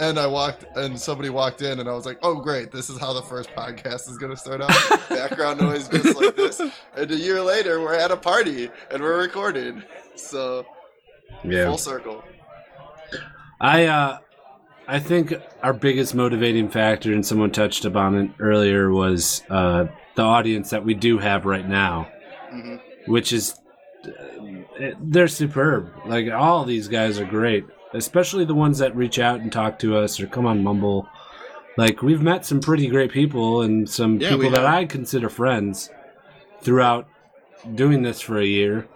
And I walked, and somebody walked in, and I was like, "Oh, great! This is how the first podcast is gonna
[LAUGHS]
start out. Background noise just like this." And a year later, we're at a party and we're recording. So
Yeah.
full circle.
I uh I think our biggest motivating factor and someone touched upon it earlier was uh the audience that we do have right now,
hmm
which is uh, they're superb. Like all these guys are great, especially the ones that reach out and talk to us or come on Mumble. Like we've met some pretty great people and some
Yeah, we
people that
have.
I consider friends throughout doing this for a year.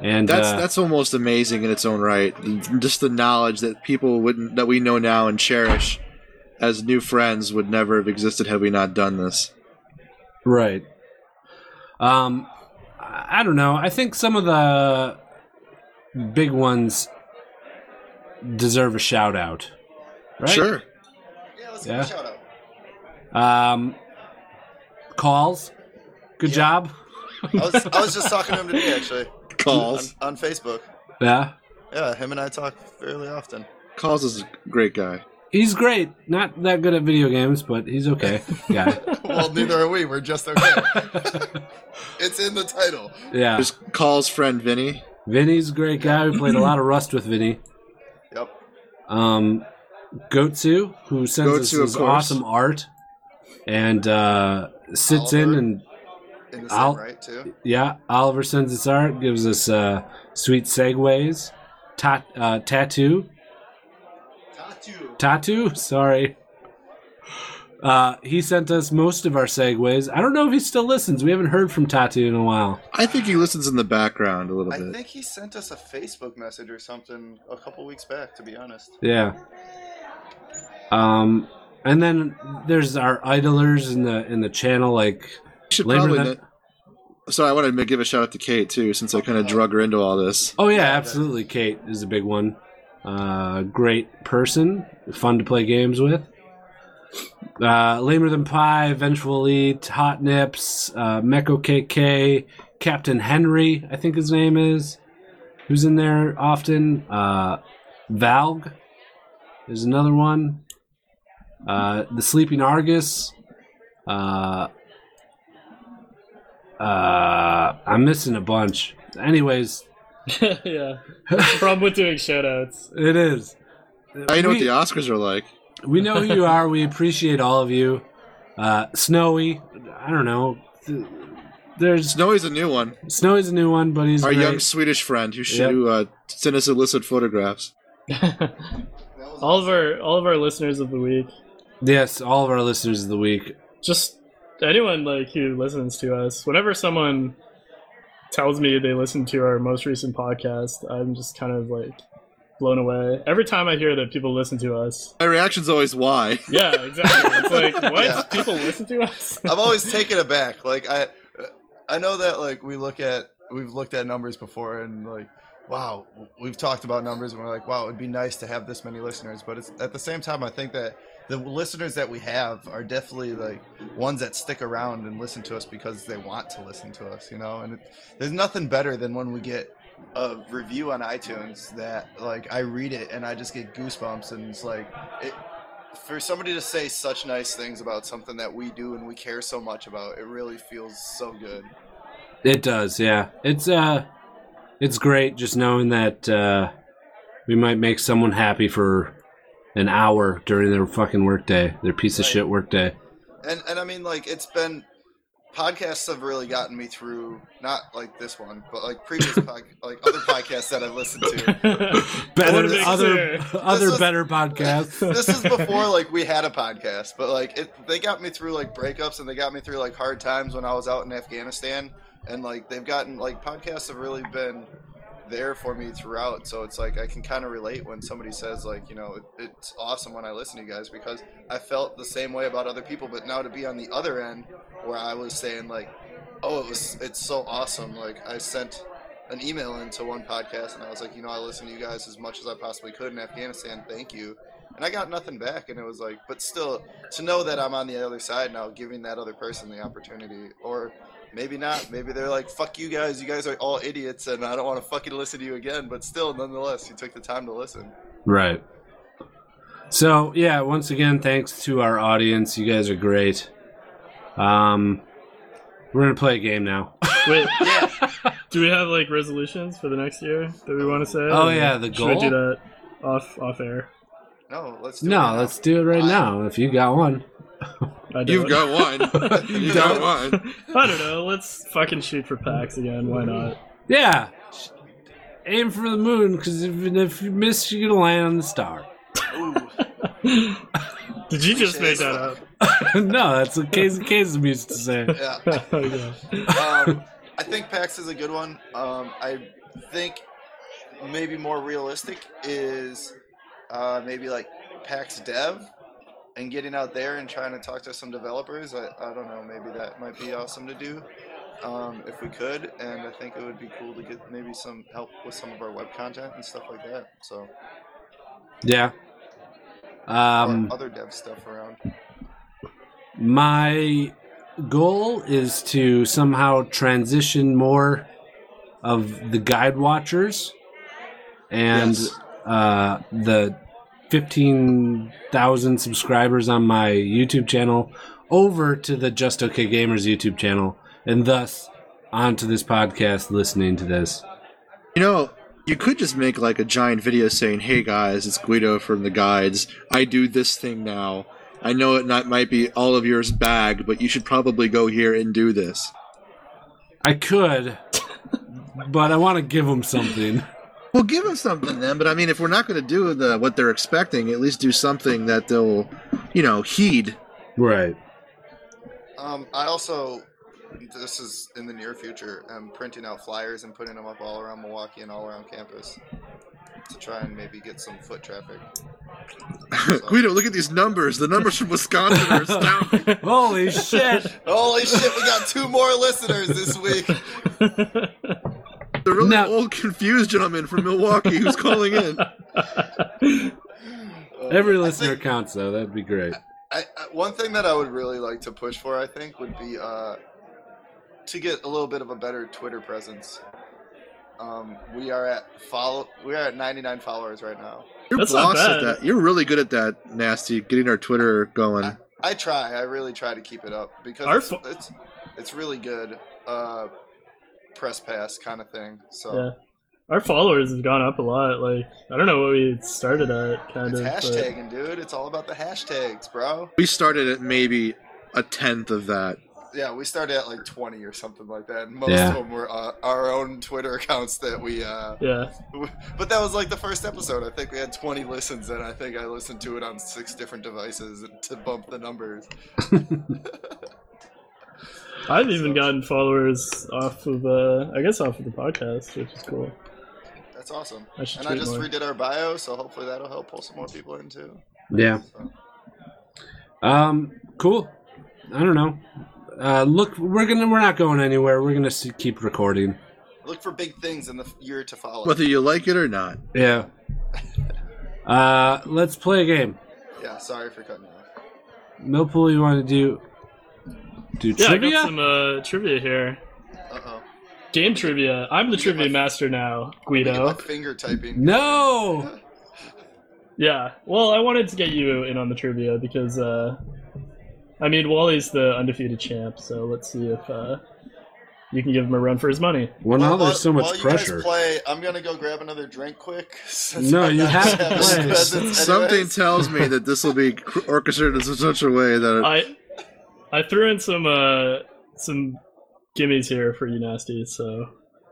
And
That's
uh,
that's almost amazing in its own right. Just the knowledge that people wouldn't that we know now and cherish as new friends would never have existed had we not done this.
Right. Um, I I don't know. I think some of the big ones deserve a shout out. Right?
Sure.
Yeah, let's
give a Yeah.
give a shout out.
Um, calls. Good
Yeah.
job.
I was, I was just talking to him today, actually, on,
Calls.
on Facebook.
Yeah.
Yeah, him and I talk fairly often.
Calls is a great guy.
he's great. Not that good at video games, but he's okay.
[LAUGHS]
Yeah,
well, neither are we. We're just okay. it's in the title.
yeah.
Just calls friend Vinny.
Vinny's a great guy. We played a lot of Rust with Vinny.
Yep.
Um, Gotsu, who sends us
Gotsu, of
his
course.
awesome art, and uh, sits in
Oliver.
and
In the
I'll-
same right too.
yeah, Oliver sends us art, gives us uh, sweet segues. Tat, uh, tattoo,
Tattoo.
tattoo. [LAUGHS] Sorry. Uh, he sent us most of our segues. I don't know if he still listens. We haven't heard from Tattoo in a while.
I think he listens in the background a little
I
bit.
think he sent us a Facebook message or something a couple weeks back. To be honest.
Yeah. Um, and then there's our idlers in the in the channel, like
We should
Labor
probably.
Night-
not- Sorry, I wanted to give a shout out to Kate too, since I kind of drug her into all this.
Oh yeah,
Yeah,
absolutely. Kate is a big one. Uh, great person, fun to play games with. Uh, Lamer than Pie, Vengeful Elite, Hot Nips, uh, Meko KK, Captain Henry, I think his name is, who's in there often. Uh, Valg is another one. Uh, the Sleeping Argus. Uh, uh, I'm missing a bunch. Anyways,
yeah. That's the [LAUGHS] problem with doing shoutouts. [LAUGHS]
it is.
Now you know
we,
what the Oscars are like.
we know who you are. We appreciate all of you. Uh, Snowy, I don't know. Th- There's
Snowy's a new one.
Snowy's a new one, but he's
Our
great.
young Swedish friend who
Yep.
should who, uh, sent us illicit photographs.
That was
all of our all of our listeners of the week.
yes, all of our listeners of the week.
Just anyone like who listens to us. Whenever someone tells me they listened to our most recent podcast, I'm just kind of like blown away. Every time I hear that people listen to us.
My reaction's always why.
Yeah, exactly. It's
[LAUGHS]
like what?
Yeah.
People listen to us?
I'm
[LAUGHS]
always taken aback. Like I, I know that like we look at we've looked at numbers before and like wow we've talked about numbers and we're like wow it'd be nice to have this many listeners but it's at the same time i think that the listeners that we have are definitely like ones that stick around and listen to us because they want to listen to us you know and it, there's nothing better than when we get a review on itunes that like i read it and i just get goosebumps and it's like it, for somebody to say such nice things about something that we do and we care so much about, it really feels so good.
It does, yeah. It's uh, it's great just knowing that uh, we might make someone happy for an hour during their fucking workday, their piece of
Right.
shit workday.
And and I mean like it's been podcasts have really gotten me through not like this one, but like previous pod, like other podcasts that I've listened to.
Better
wanna make
other other
This was-
better podcasts.
This is before like we had a podcast, but like it, they got me through like breakups and they got me through like hard times when I was out in Afghanistan and like they've gotten like podcasts have really been there for me throughout so it's like i can kind of relate when somebody says like you know it, it's awesome when i listen to you guys because i felt the same way about other people but now to be on the other end where i was saying like oh it was it's so awesome like i sent an email into one podcast and i was like you know i listened to you guys as much as i possibly could in afghanistan thank you and i got nothing back and it was like but still to know that i'm on the other side now giving that other person the opportunity or Maybe not. Maybe they're like, fuck you guys. You guys are all idiots, and I don't want to fucking listen to you again. But still, nonetheless, you took the time to listen.
Right. So yeah, once again, thanks to our audience. You guys are great. Um, we're gonna play a game now. [LAUGHS]
Wait,
Yeah.
[LAUGHS] do we have like resolutions for the next year that we want to say?
Oh, yeah, the
Should we
goal?
do that off off air?
No, let's do it.
No,
now.
let's do it right now. If you got one,
I
[LAUGHS]
don't.
You've got
[LAUGHS]
one. You got one.
[LAUGHS] I don't know. Let's fucking shoot for packs again. Why not? [LAUGHS]
yeah, aim for the moon. Because even if you miss, you're gonna land on the star. [LAUGHS]
Ooh.
Did you just make that up?
no, that's what Casey Kasem used to say.
Yeah.
[LAUGHS] Oh, yeah.
Um, I think PAX is a good one. Um, I think maybe more realistic is uh, maybe like PAX Dev and getting out there and trying to talk to some developers. I, I don't know. Maybe that might be awesome to do um, if we could. And I think it would be cool to get maybe some help with some of our web content and stuff like that. So
Yeah.
or
Um,
other dev stuff around.
My goal is to somehow transition more of the guide watchers and
Yes.
uh, the 15,000 subscribers on my YouTube channel over to the Just Okay Gamers YouTube channel and thus onto this podcast listening to this.
You know, you could just make like a giant video saying, "Hey guys, it's Guido from the guides. I do this thing now. I know it not might be all of yours bagged, but you should probably go here and do this."
I [LAUGHS] could, but I want to give them something.
Well, give them something then. But I mean, if we're not going to do the what they're expecting, at least do something that they'll, you know, heed. [LAUGHS]
Right.
Um, I also, this is in the near future, I'm printing out flyers and putting them up all around Milwaukee and all around campus to try and maybe get some
[LAUGHS]
foot traffic.
Guido, look at these numbers. The numbers from Wisconsin are astounding.
[LAUGHS] Holy shit! [LAUGHS]
Holy shit, we got two more listeners this week.
The really
Now-
old, confused gentleman from Milwaukee who's calling in.
Uh,
[LAUGHS] Every
I
listener
think-
counts, though. That'd be great.
I, I, one thing that I would really like to push for, I think, would be uh, to get a little bit of a better Twitter presence. Um, we are at follow. We are at 99 followers right now.
You're
[LAUGHS] That's not
boss at
bad.
that. You're really good at that, nasty. Getting our Twitter going.
I try. I really try to keep it up because
Our
it's,
fo-
it's it's really good. Uh, press pass kind of thing. So
Yeah. Our followers have gone up a lot. Like I don't know what we started at, kind
it's
of. but-
hashtagging, dude. It's all about the hashtags, bro.
We started at maybe a tenth of that.
Yeah, we started at like 20 or something like that. And most
Yeah.
of them were uh, our own Twitter [LAUGHS] accounts that we. Uh,
yeah,
But that was like the first episode. I think we had 20 listens, and I think I listened to it on six different devices to bump the numbers.
I've even gotten followers off of, uh, I guess, off of the podcast, which is cool.
That's awesome.
I should
And I
tweet
just
more.
redid our bio, so hopefully that'll help pull some more people in too.
Yeah.
So,
Um. Cool. I don't know. Uh, look, we're gonna we're not going anywhere. We're gonna s- keep recording.
look for big things in the f- year to follow.
Whether you like it or not.
Yeah. [LAUGHS] Uh, let's play a game.
Yeah, sorry for cutting you off.
Millpool, you want to do do
yeah, I
trivia?
got some uh, trivia here.
Uh oh.
Game trivia. I'm
You
the
get
trivia
my-
master now,
My
Guido.
finger typing.
no.
Yeah. Well, I wanted to get you in on the trivia because, uh, I mean, Wally's the undefeated champ, so let's see if uh, you can give him a run for his money.
Well, now there's so
while
much
you
pressure.
guys play, I'm gonna go grab another drink quick. [LAUGHS] since
No,
I'm
you
not
have to
having
play. [LAUGHS]
presents
Something
anyways.
tells me that this will
[LAUGHS]
be cr- orchestrated in such a way that
Uh,
it-
I I threw in some uh, some gimmies here for you, nasty. So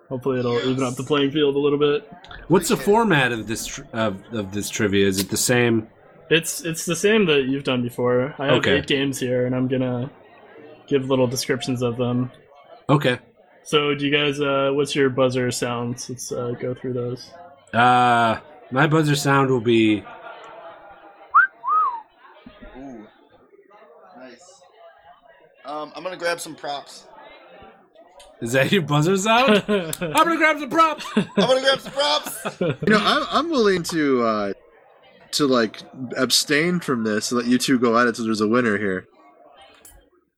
hopefully it'll even up the playing field a little bit.
What's the format of this tr- of of this trivia? Is it the same?
It's it's the same that you've done before. I have
Okay.
eight games here, and I'm gonna give little descriptions of them.
Okay.
So, do you guys? Uh, what's your buzzer sounds? Let's uh, go through those.
[LAUGHS]
Uh, my buzzer sound will be
Ooh. Nice. Um, I'm gonna grab some props.
Is that your buzzer
[LAUGHS]
sound? I'm gonna grab the props.
I'm gonna grab
[LAUGHS]
some props.
you know, I'm, I'm willing to uh, to like abstain from this and let you two go at it so there's a winner here.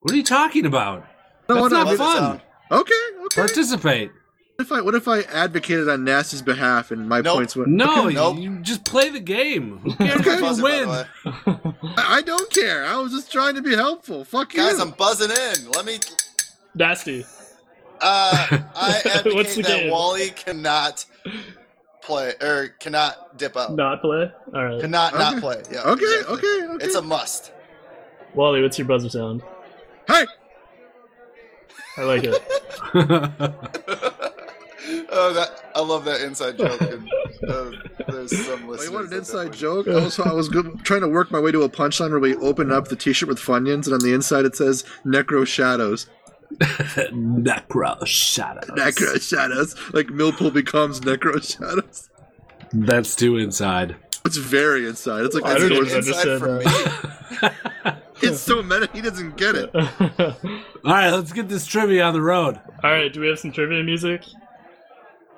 What are you talking about?
No,
That's
no,
not
I mean-
fun.
Okay, okay.
Participate.
What if I what if I advocated on Nasty's behalf and my
Nope.
points
[LAUGHS]
went?
No,
Nope.
you, you just play the game. Who cares
Okay.
if
Buzzing,
you
by the
win?
way.
I I don't care. I was just trying to be helpful. Fuck
Guys,
you.
I'm buzzing in. Let me.
Nasty.
[LAUGHS]
Uh, I advocate
What's the
that
game?
Wally cannot play or cannot dip out.
Not play. All right,
Cannot not
Okay.
play. Yeah.
okay,
exactly.
okay, okay.
It's a must.
Wally. What's your buzzer sound?
hey,
I
[LAUGHS]
like it.
oh, that I love that inside joke. And, uh, there's some
Wait,
listeners.
you want an
that
inside
definitely-
joke? I was, I was good, trying to work my way to a punchline where we open up the T-shirt with Funyuns, and on the inside it says "Necro Shadows."
Necro shadows.
Necro Shadows, like Millpool becomes Necro Shadows.
That's too inside.
It's very inside. It's like
I
it's,
don't even
it's,
Inside
understand
for me.
that.
so meta he doesn't get it.
[LAUGHS] All
All right, let's get this trivia on the road.
right. Do we have some trivia music?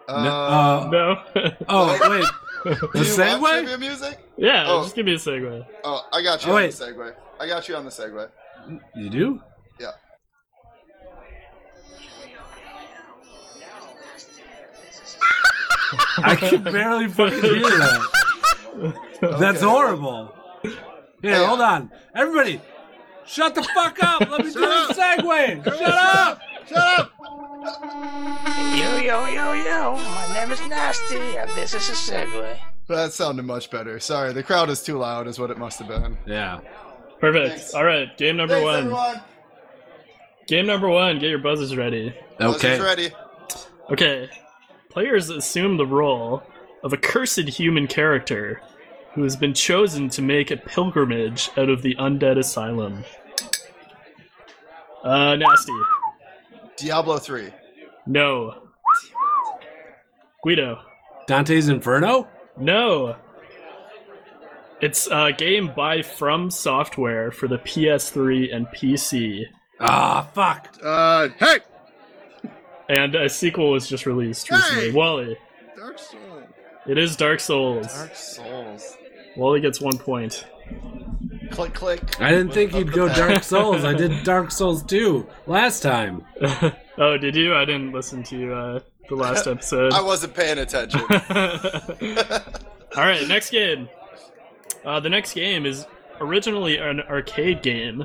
No-
Uh,
No. [LAUGHS]
uh, oh
[LAUGHS]
wait,
do
the
you want
segue?
trivia music?
yeah.
Oh.
Just give me a segue.
Oh, I got you
Oh,
on
wait.
the segue. I got you on the segue.
You do?
Yeah. [LAUGHS]
I can barely fucking hear that. That's
Okay.
horrible. Here,
Yeah.
hold on. Everybody, shut the fuck up. Let me do the segue. Shut up.
Shut up!
Yo, yo, yo, yo. My name is Nasty, and this is a segue.
That sounded much better. Sorry, the crowd is too loud, is what it must have been.
Yeah.
Perfect.
Thanks.
All right, game number
Thanks,
one.
everyone.
Game number one. Get your buzzers ready.
Buzzer's
Okay.
ready.
Okay. Players assume the role of a cursed human character who has been chosen to make a pilgrimage out of the undead asylum. Uh, nasty.
Diablo 3.
No. Guido.
Dante's Inferno.
No. It's a game by From Software for the PS3 and PC,
Ah, fuck.
Uh, hey!
and a sequel was just released recently.
Hey!
Wally.
Dark Souls.
It is Dark Souls.
Dark Souls.
Wally gets one point.
Click, click.
I didn't think he'd go Dark Souls. I
[LAUGHS]
did Dark Souls 2 last time.
oh, did you? I didn't listen to uh, the last episode.
I wasn't
[LAUGHS]
paying attention.
[LAUGHS] All right, next game. Uh, the next game is originally an arcade game.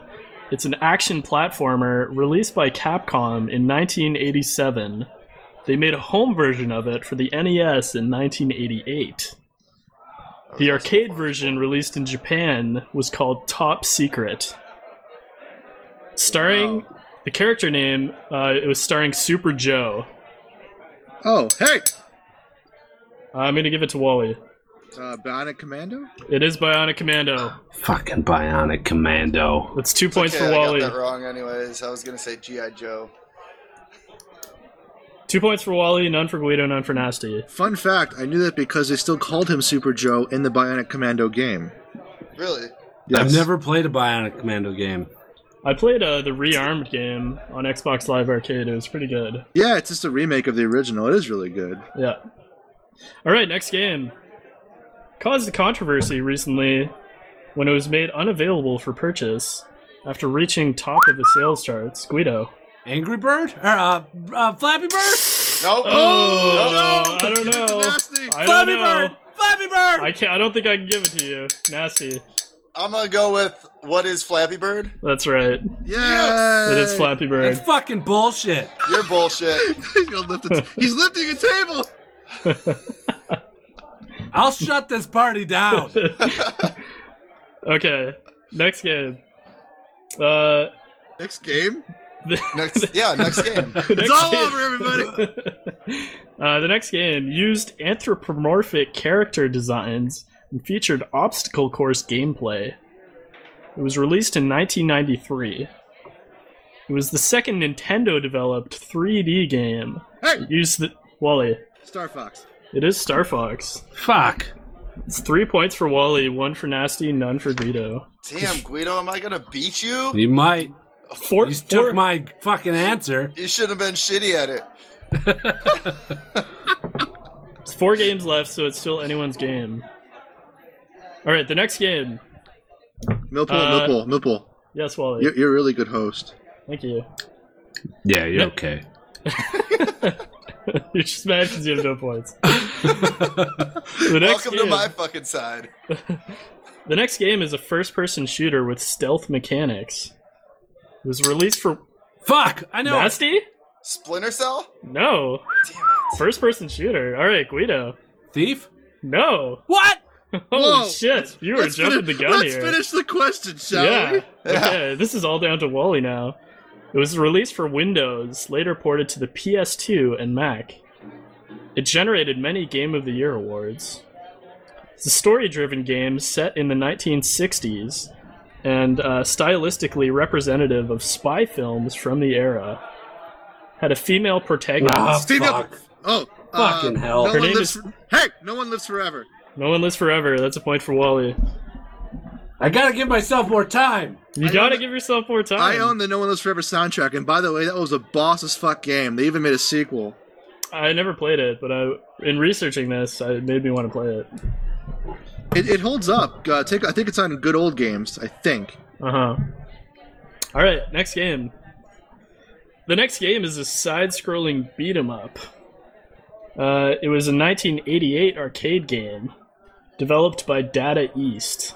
It's an action platformer released by Capcom in 1987. They made a home version of it for the NES in 1988. The arcade version released in Japan was called Top Secret. Starring the character name, uh, it was starring Super Joe.
Oh, hey!
I'm going to give it to Wally.
Uh, Bionic Commando?
It is Bionic Commando.
Fucking Bionic Commando.
That's two points
Okay,
for
I
Wally.
got that wrong, anyways. I was gonna say GI Joe.
Two points for Wally, none for Guido, none for Nasty.
Fun fact, I knew that because they still called him Super Joe in the Bionic Commando game.
Really?
I've
Yes.
never played a Bionic Commando game.
I played uh, the rearmed game on Xbox Live Arcade. It was pretty good.
Yeah, it's just a remake of the original. It is really good.
Yeah. All right, next game. Caused a controversy recently when it was made unavailable for purchase after reaching top of the sales charts. Guido.
Angry Bird? Or, uh, uh, Flappy Bird?
Nope.
Oh, I don't
Give it to
know.
Nasty.
I don't
Flappy
know.
Bird! Flappy Bird!
I can't. I don't think I can give it to you, Nasty.
I'm gonna go with what is Flappy Bird?
That's right.
Yes!
It is Flappy
That's
Bird.
fucking bullshit.
You're bullshit.
He's, [LAUGHS] gonna lift a t- he's lifting a table!
I'll shut this party
[LAUGHS]
down.
Okay, next game. Uh, [LAUGHS]
Next game?
Next, yeah, next game.
next
It's all
game-
over, everybody!
[LAUGHS] uh, the next game used anthropomorphic character designs and featured obstacle course gameplay. It was released in 1993. It was the second Nintendo developed 3D game.
Hey!
It used the. Wally.
Star Fox.
It is Star Fox.
Fuck.
It's three points for Wally, one for Nasty, none for Guido.
Damn, Guido, am I gonna beat you?
You might.
Four,
You
four-
took my fucking answer.
You should have been shitty at it.
It's four games left, so it's still anyone's game. All right, the next game.
Millpool,
Uh,
Millpool, Millpool.
Yes, Wally.
You're, you're a really good host.
Thank you. [LAUGHS]
Yeah, you're
Nope.
okay.
You're just mad because you have no points. the next
Welcome
game.
to my fucking side.
The next game is a first-person shooter with stealth mechanics. It was released for
Fuck. I know.
Nasty?
Splinter Cell?
No.
Damn it.
First-person shooter. All right, Guido.
Thief?
no. [LAUGHS]
What?
Holy
Whoa.
shit! You were
Let's
jumping
finish-
the gun
Let's
here.
finish the question, shall
yeah.
we?
Okay, this is all down to Wally now. It was released for Windows, later ported to the PS2 and Mac. It generated many Game of the Year awards. It's a story driven game set in the 1960s and uh, stylistically representative of spy films from the era. Had a female protagonist.
Steve
fuck.
Oh,
Fucking hell.
No
Her
one
name
lives
is-
for- hey, no one lives forever.
No one lives forever. That's a point for Wally.
I gotta give myself more time.
You
I
gotta
own-
give yourself more time.
I own the No One Lives Forever soundtrack, and by the way, that was a boss as fuck game. They even made a sequel.
I never played it, but I, in researching this, I, it made me want to play it.
It, it holds up. Uh, take, I think it's on Good Old Games. I think.
Uh huh. All right, next game. The next game is a side-scrolling beat 'em up. Uh, it was a 1988 arcade game developed by Data East,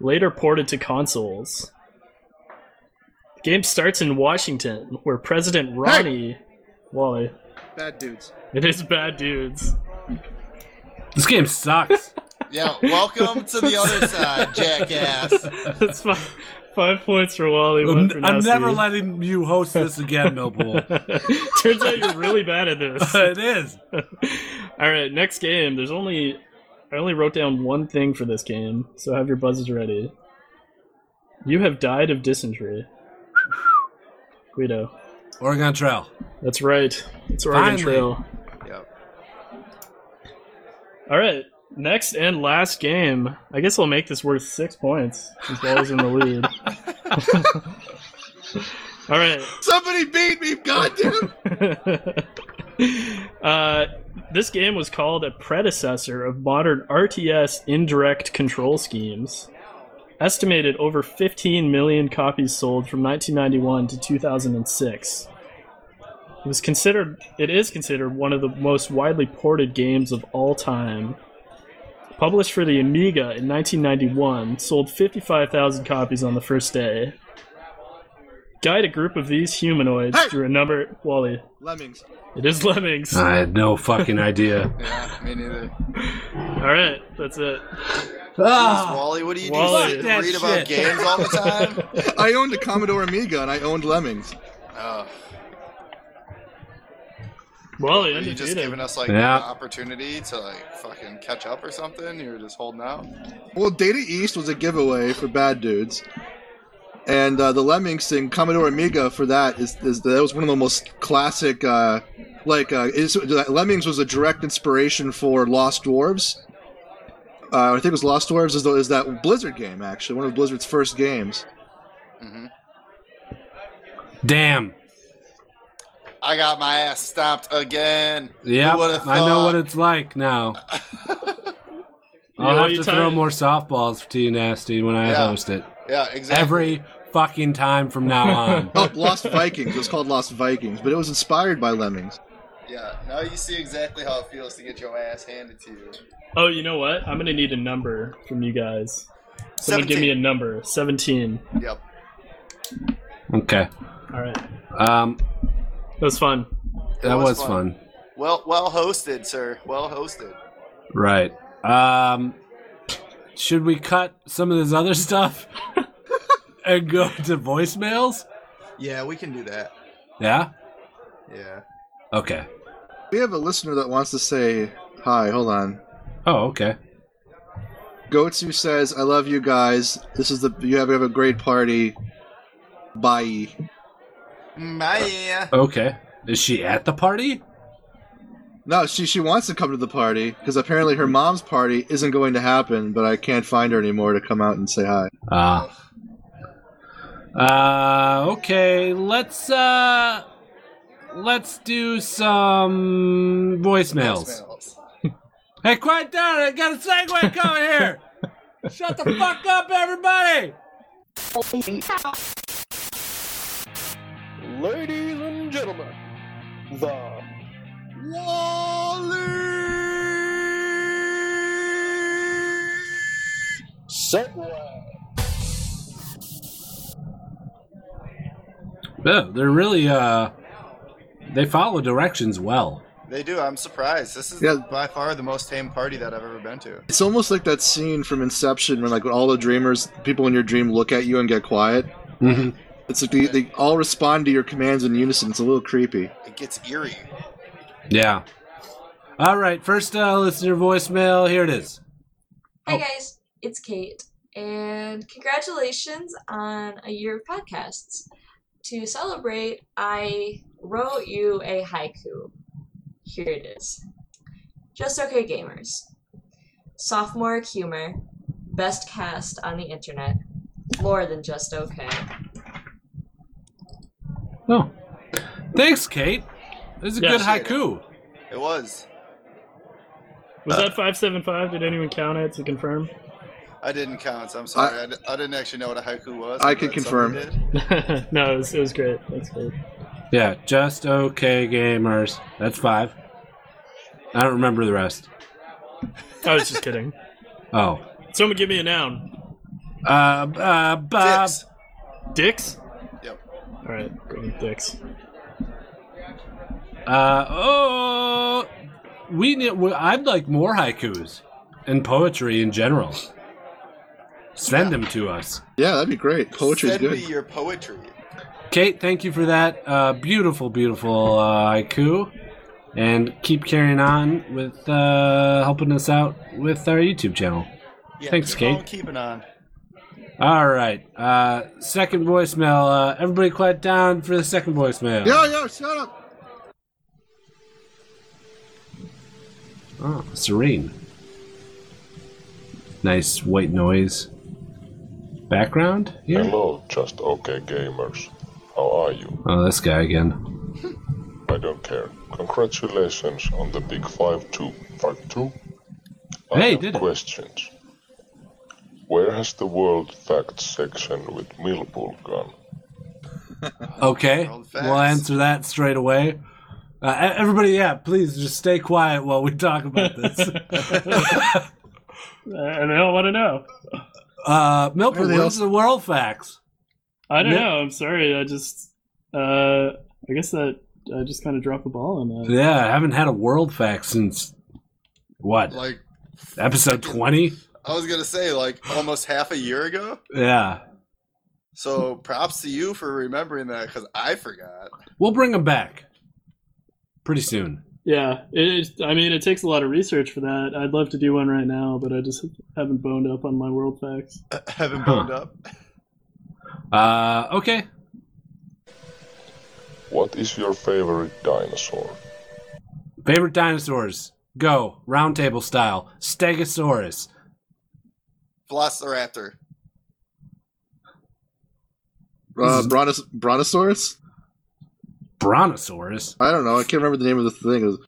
later ported to consoles. The game starts in Washington, where President Ronnie Wally.
Bad dudes.
It is bad dudes. [LAUGHS]
This game sucks.
Yeah, welcome to the
[LAUGHS]
other side, jackass.
That's five, five points for Wally. One
I'm,
for
I'm
Nasty.
never letting you host this again, Millpool.
[LAUGHS] Turns out you're really bad at
[LAUGHS]
this.
it is.
[LAUGHS] All right, next game. There's only I only wrote down one thing for this game, so have your buzzers ready. You have died of dysentery, Guido.
Oregon Trail.
That's right. It's Oregon
Finally.
Trail.
Yep.
All right, next and last game. I guess I'll make this worth six points. Since Wally's in the lead. [LAUGHS] All right.
Somebody beat me,
[LAUGHS]
goddamn!
uh, this game was called a predecessor of modern RTS indirect control schemes. Estimated over 15 million copies sold from 1991 to 2006. It was considered it is considered one of the most widely ported games of all time. Published for the Amiga in 1991, sold 55,000 copies on the first day. Guide a group of these humanoids
Hey!
through a number Wally.
Lemmings.
It is Lemmings.
[LAUGHS] I had no fucking idea.
Yeah, me neither.
All right, that's it.
[LAUGHS] Ah,
Wally, what do you
Wally.
do?
Fuck
You
that
read about
shit.
games all the time?
[LAUGHS]
I owned a Commodore Amiga and I owned Lemmings.
Oh,
Wally,
are you
undefeated.
just giving us like
Yeah.
an opportunity to like fucking catch up or something? You were just holding out.
Well, Data East was a giveaway for bad dudes. And uh, the Lemmings thing, Commodore Amiga for that is, is that was one of the most classic. Uh, like uh, is, Lemmings was a direct inspiration for Lost Dwarves. Uh, I think it was Lost Dwarves is, the, is that Blizzard game actually one of Blizzard's first games.
hmm
damn.
I got my ass stomped again.
Yeah,
Who would've
I know
thought?
what it's like [LAUGHS] now.
You
I'll
know,
have
you
to
tie-
throw more softballs to you, Nasty, when I
Yeah.
host it.
Yeah, exactly.
Every fucking time from [LAUGHS] now on.
Oh, Lost Vikings. It was called Lost Vikings, but it was inspired by Lemmings.
Yeah, now you see exactly how it feels to get your ass handed to you.
Oh, you know what? I'm gonna need a number from you guys. Someone give me a
17.
number. Seventeen.
Yep.
Okay.
All right,
Um,
that was fun.
that was,
was
fun.
fun. Well, well hosted, sir. Well hosted.
Right. Um, should we cut some of this other [LAUGHS] stuff and go to voicemails?
Yeah, we can do that.
Yeah?
Yeah.
Okay.
We have a listener that wants to say hi. Hold on.
Oh, okay.
Goatsu says, "I love you guys. This is the you have, have a great party. Bye."
My
Okay. Is she at the party?
No, she she wants to come to the party because apparently her mom's party isn't going to happen. But I can't find her anymore to come out and say hi.
Uh, uh okay, let's uh let's do some voicemails. Hey, quiet down, I got a segue coming here. Shut the fuck up everybody.
Ladies and gentlemen, the Segway.
Yeah, Oh, they're really uh they follow directions well.
They do. I'm surprised. This is
Yeah.
by far the most tame party that I've ever been to.
It's almost like that scene from Inception when like when all the dreamers, people in your dream, look at you and get quiet.
Mhm.
It's like they, they all respond to your commands in unison. It's a little creepy.
It gets eerie.
Yeah. All right, first uh listener voicemail, here it is.
Hi
Oh.
guys, it's Kate, and congratulations on a year of podcasts. To celebrate, I wrote you a haiku. Here it is. Just okay gamers. Sophomoric humor, best cast on the internet, more than just okay.
Oh. Thanks, Kate. This is a
Yeah,
good
appreciate
haiku.
It was.
Was
Uh,
that five seven five? Did anyone count it to confirm? [LAUGHS]
I didn't count. I'm sorry. I, d- I didn't actually know what a haiku was.
I can
but someone
confirm.
did.
no, it was, it was great. That's great.
Yeah, just okay gamers. That's five. I don't remember the rest.
I was just kidding.
Oh.
Someone give me a noun.
Uh, uh, Bob.
Dicks.
Dicks?
Yep.
All right, go with dicks.
Uh, oh, we need. we- I'd like more haikus and poetry in general. Send them to us,
Yeah, that'd be great. Poetry's
Send
good.
me your poetry.
Kate. Thank you for that uh, beautiful, beautiful uh, haiku, and keep carrying on with uh, helping us out with our YouTube channel.
Yeah,
Thanks,
keep
Kate.
On keeping on.
All right, uh, second voicemail. Uh, everybody, quiet down for the second voicemail.
Yo, yo, shut up.
Oh, serene. Nice white noise background here.
Hello, just okay gamers. How are you?
Oh, this guy again.
I don't care. Congratulations on the big 5-2. 5-2? I
Hey,
have
did it.
questions. Where has the world facts section with Millpool gone?
Okay,
World facts.
we'll answer that straight away. Uh, e- everybody, yeah, please just stay quiet while we talk about this.
Uh, And I don't want to know.
uh, Milford,
Everything
what's
else-
the world facts?
I don't
Yeah.
know. I'm sorry. I just, uh, I guess that I just kind of dropped the ball on that.
Yeah, I haven't had a world fact since what
Like
episode twenty.
I was gonna say, like almost half a year ago.
Yeah,
So props to you for remembering that because I forgot. [LAUGHS]
we'll bring him back pretty soon.
Yeah, it. I mean, it takes a lot of research for that. I'd love to do one right now, but I just haven't boned up on my world facts.
Haven't
Huh.
boned up.
Uh, okay,
What is your favorite dinosaur?
favorite dinosaurs. Go roundtable style. Stegosaurus.
Velociraptor.
Uh, Brontos- Brontosaurus?
Brontosaurus.
I don't know. I can't remember the name of the thing. It was-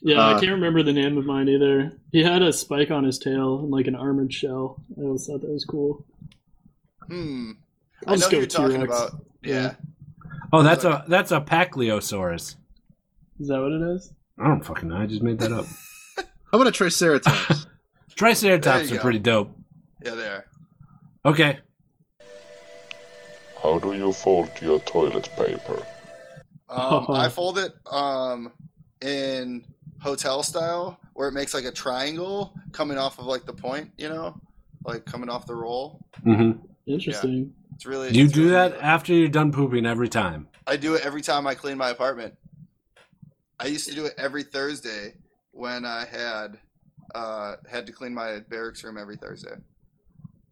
Yeah, I
Uh.
can't remember the name of mine either. He had a spike on his tail and like an armored shell. I always thought that was cool.
Hmm. I
I'll
know
just
who
go
you're talking
T-Rex.
about. Yeah.
Oh, that's a that's a Pacliosaurus.
Is that what it is?
I don't fucking know. I just made that up.
How about a Triceratops?
There
Triceratops
you
are
go.
pretty dope.
Yeah, there.
Okay.
How do you fold your toilet paper?
Um, I fold it um, in hotel style, where it makes like a triangle coming off of like the point, you know, like coming off the roll.
hmm
Interesting.
It's really.
You
it's
do
really
that
neat.
after you're done pooping every time.
I do it every time I clean my apartment. I used to do it every Thursday when I had uh, had to clean my barracks room every Thursday.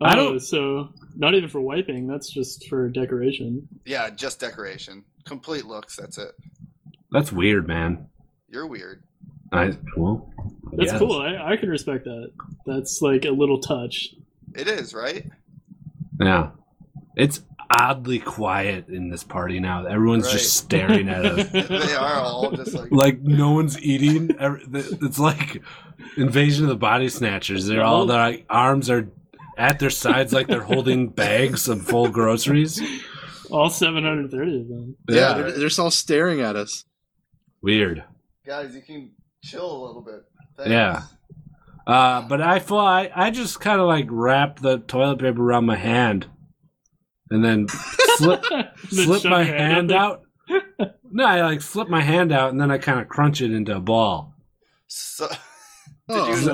I
Oh,
don't-
So not even for wiping. That's just for decoration.
Yeah, just decoration, complete looks. That's it.
That's weird, man.
You're weird.
I well. I
That's
guess.
cool. I, I can respect that. That's like a little touch.
It is
[LAUGHS]
right.
Yeah. It's oddly quiet in this party now. Everyone's
Right.
just
[LAUGHS]
staring at us.
They are all just like
Like no one's eating. Every- th- It's like invasion of the body snatchers. They're all their like, arms are at their sides, like they're holding bags of full groceries.
All 730 of them. [LAUGHS]
yeah,
yeah.
they're, they're just all staring at us.
Weird.
guys. You can chill a little bit.
Yeah. Uh, but I fly. I just kind of like wrap the toilet paper around my hand, and then
[LAUGHS]
slip
Then
slip
shove
my
your
hand out. No, I like slip my hand out, and then I kind of crunch it into a ball.
So, [LAUGHS]
Oh,
you-
Yeah.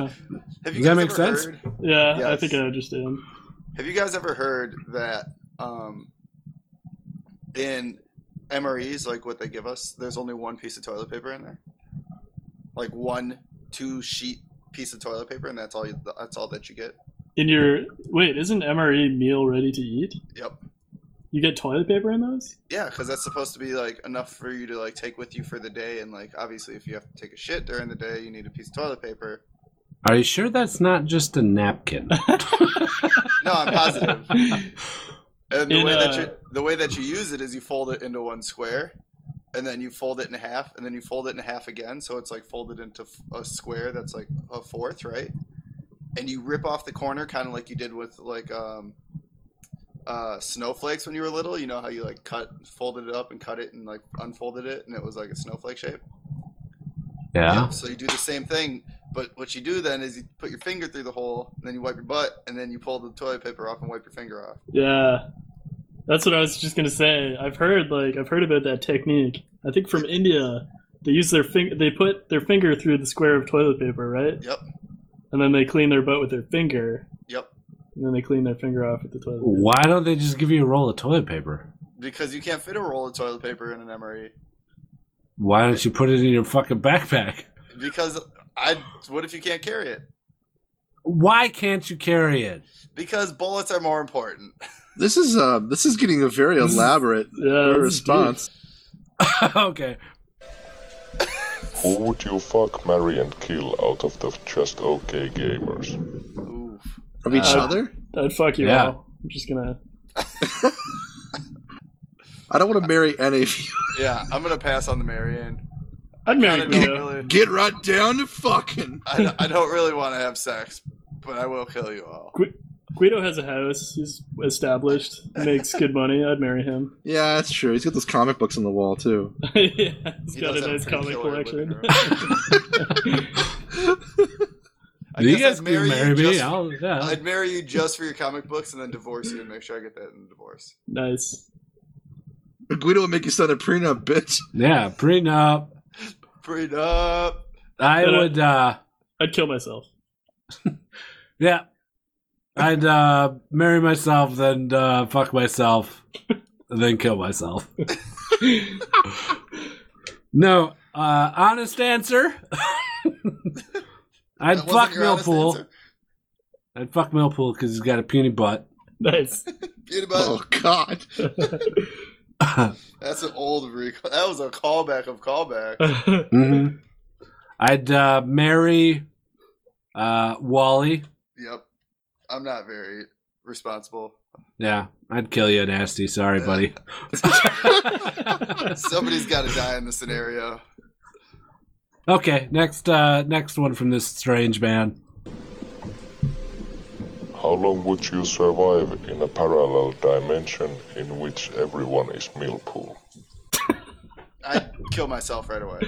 Does
have
that
guys
make
ever
sense?
heard-
Yeah, I
Yes.
think I understand.
Have you guys ever heard that um, in MREs, like what they give us, there's only one piece of toilet paper in there? Like one two sheet piece of toilet paper, and that's all you, that's all that you get.
In your wait, isn't MRE meal ready to eat?
Yep.
You get toilet paper in those?
Yeah, because that's supposed to be like enough for you to like take with you for the day, and like obviously if you have to take a shit during the day, you need a piece of toilet paper.
Are you sure that's not just a napkin?
No, I'm positive. And the
In,
way that
uh,
you the way that you use it is you fold it into one square, and then you fold it in half, and then you fold it in half again. So it's like folded into f- a square that's like a fourth, right? And you rip off the corner, kind of like you did with like um, uh, snowflakes when you were little. You know how you like cut, folded it up, and cut it, and like unfolded it, and it was like a snowflake shape.
yeah.
So you do the same thing, But what you do then is you put your finger through the hole, and then you wipe your butt, and then you pull the toilet paper off and wipe your finger off.
[LAUGHS] Yeah. That's what I was just gonna say. I've heard like I've heard about that technique. I think from India, they use their finger. They put their finger through the square of toilet paper, right?
Yep.
And then they clean their butt with their finger.
Yep.
And then they clean their finger off with the toilet. paper.
Why don't they just give you a roll of toilet paper?
Because you can't fit a roll of toilet paper in an E. MRE.
Why don't you put it in your fucking backpack?
Because I, what if you can't carry it?
Why can't you carry it? [LAUGHS]
Because bullets are more important.
This is uh, this is getting a very
This is-
elaborate
Yeah. this is
response.
okay.
Who would you fuck, marry, and kill out of the just okay gamers?
Ooh.
Of each
Uh,
other?
deep. I'd fuck you
Yeah.
all. I'm just gonna.
I don't want to marry any of you. [LAUGHS]
Yeah, I'm gonna pass on the Marianne.
I'd marry
don't
Cleo.
really,
Get right down to fucking.
I, I don't really want to have sex, but I will kill you all.
Gui- Guido has a house. He's established. He makes good money. I'd marry him. [LAUGHS]
Yeah, that's true. He's got those comic books on the wall too.
yeah, he's
He
got a
does have a
nice
pretty
comic
killer living
collection.
I
you guys
guess I'd
can marry
you
me.
just-
I'll, yeah.
I'd marry you just for your comic books, and then divorce you and make sure I get that in the divorce.
[LAUGHS] nice.
Guido would make you sign a prenup, bitch. [LAUGHS]
yeah, prenup.
Freed up.
I
But, uh,
would, uh,
I'd kill myself. [LAUGHS]
yeah. I'd uh, marry myself, then uh, fuck myself, then kill myself. no, uh, honest answer. [LAUGHS] I'd
That wasn't
fuck
your honest
Millpool.
answer.
I'd fuck Millpool because he's got a puny butt. [LAUGHS]
Nice.
Beauty button.
Oh God.
That's an old recall. That was a callback of callback.
[LAUGHS] hmm I'd uh, marry uh, Wally.
yep. I'm not very responsible.
Yeah, I'd kill you, nasty. Sorry, buddy.
Somebody's got to die in this scenario.
okay, next uh, next one from this strange man. [LAUGHS]
How long would you survive in a parallel dimension in which everyone is Millpool?
I'd kill myself right away.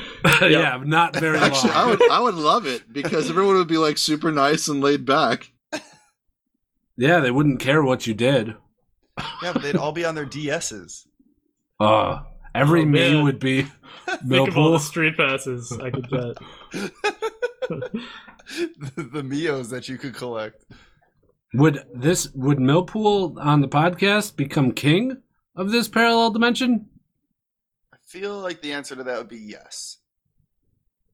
yeah, not very long.
Actually, I would I would love it because everyone would be like super nice and laid back.
Yeah, they wouldn't care what you did.
Yeah, but they'd all be on their DSs.
Uh, every
Oh,
me
man.
would be
Think of all the
Millpool.
street passes I could get.
the, [LAUGHS] the Mios that you could collect.
Would this would Millpool on the podcast become king of this parallel dimension?
I feel like the answer to that would be yes.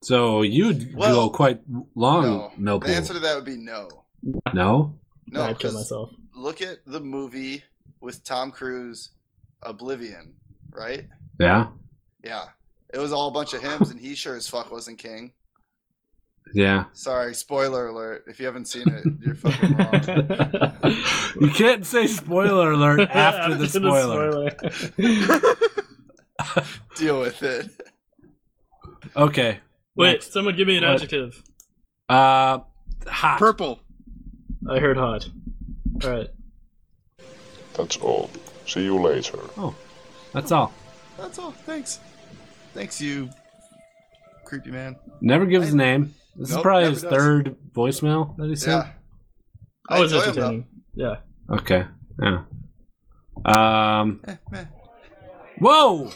So you'd
Well,
go quite long,
No.
Millpool.
The answer to that would be no.
no,
No,
I'd kill
'cause
myself.
look at the movie with Tom Cruise, Oblivion, right?
yeah,
Yeah. It was all a bunch of hymns, and he sure as fuck wasn't king. [LAUGHS]
yeah.
Sorry, spoiler alert. If you haven't seen it, you're fucking
[LAUGHS]
wrong.
You can't say spoiler alert [LAUGHS]
[LAUGHS]
after the spoiler. [LAUGHS]
spoiler.
Deal with it.
Okay.
Wait,
Next.
someone give me an
What?
adjective.
Uh, hot.
Purple.
I heard hot. All right.
That's all. See you later.
That's all.
That's all. Thanks. Thanks, you creepy man.
Never gives his name. This is
Nope,
probably
never
his
does.
third voicemail that he sent.
Yeah.
I was
enjoy him, though.
entertaining. Yeah.
Okay. Yeah. Um.
Eh,
Whoa!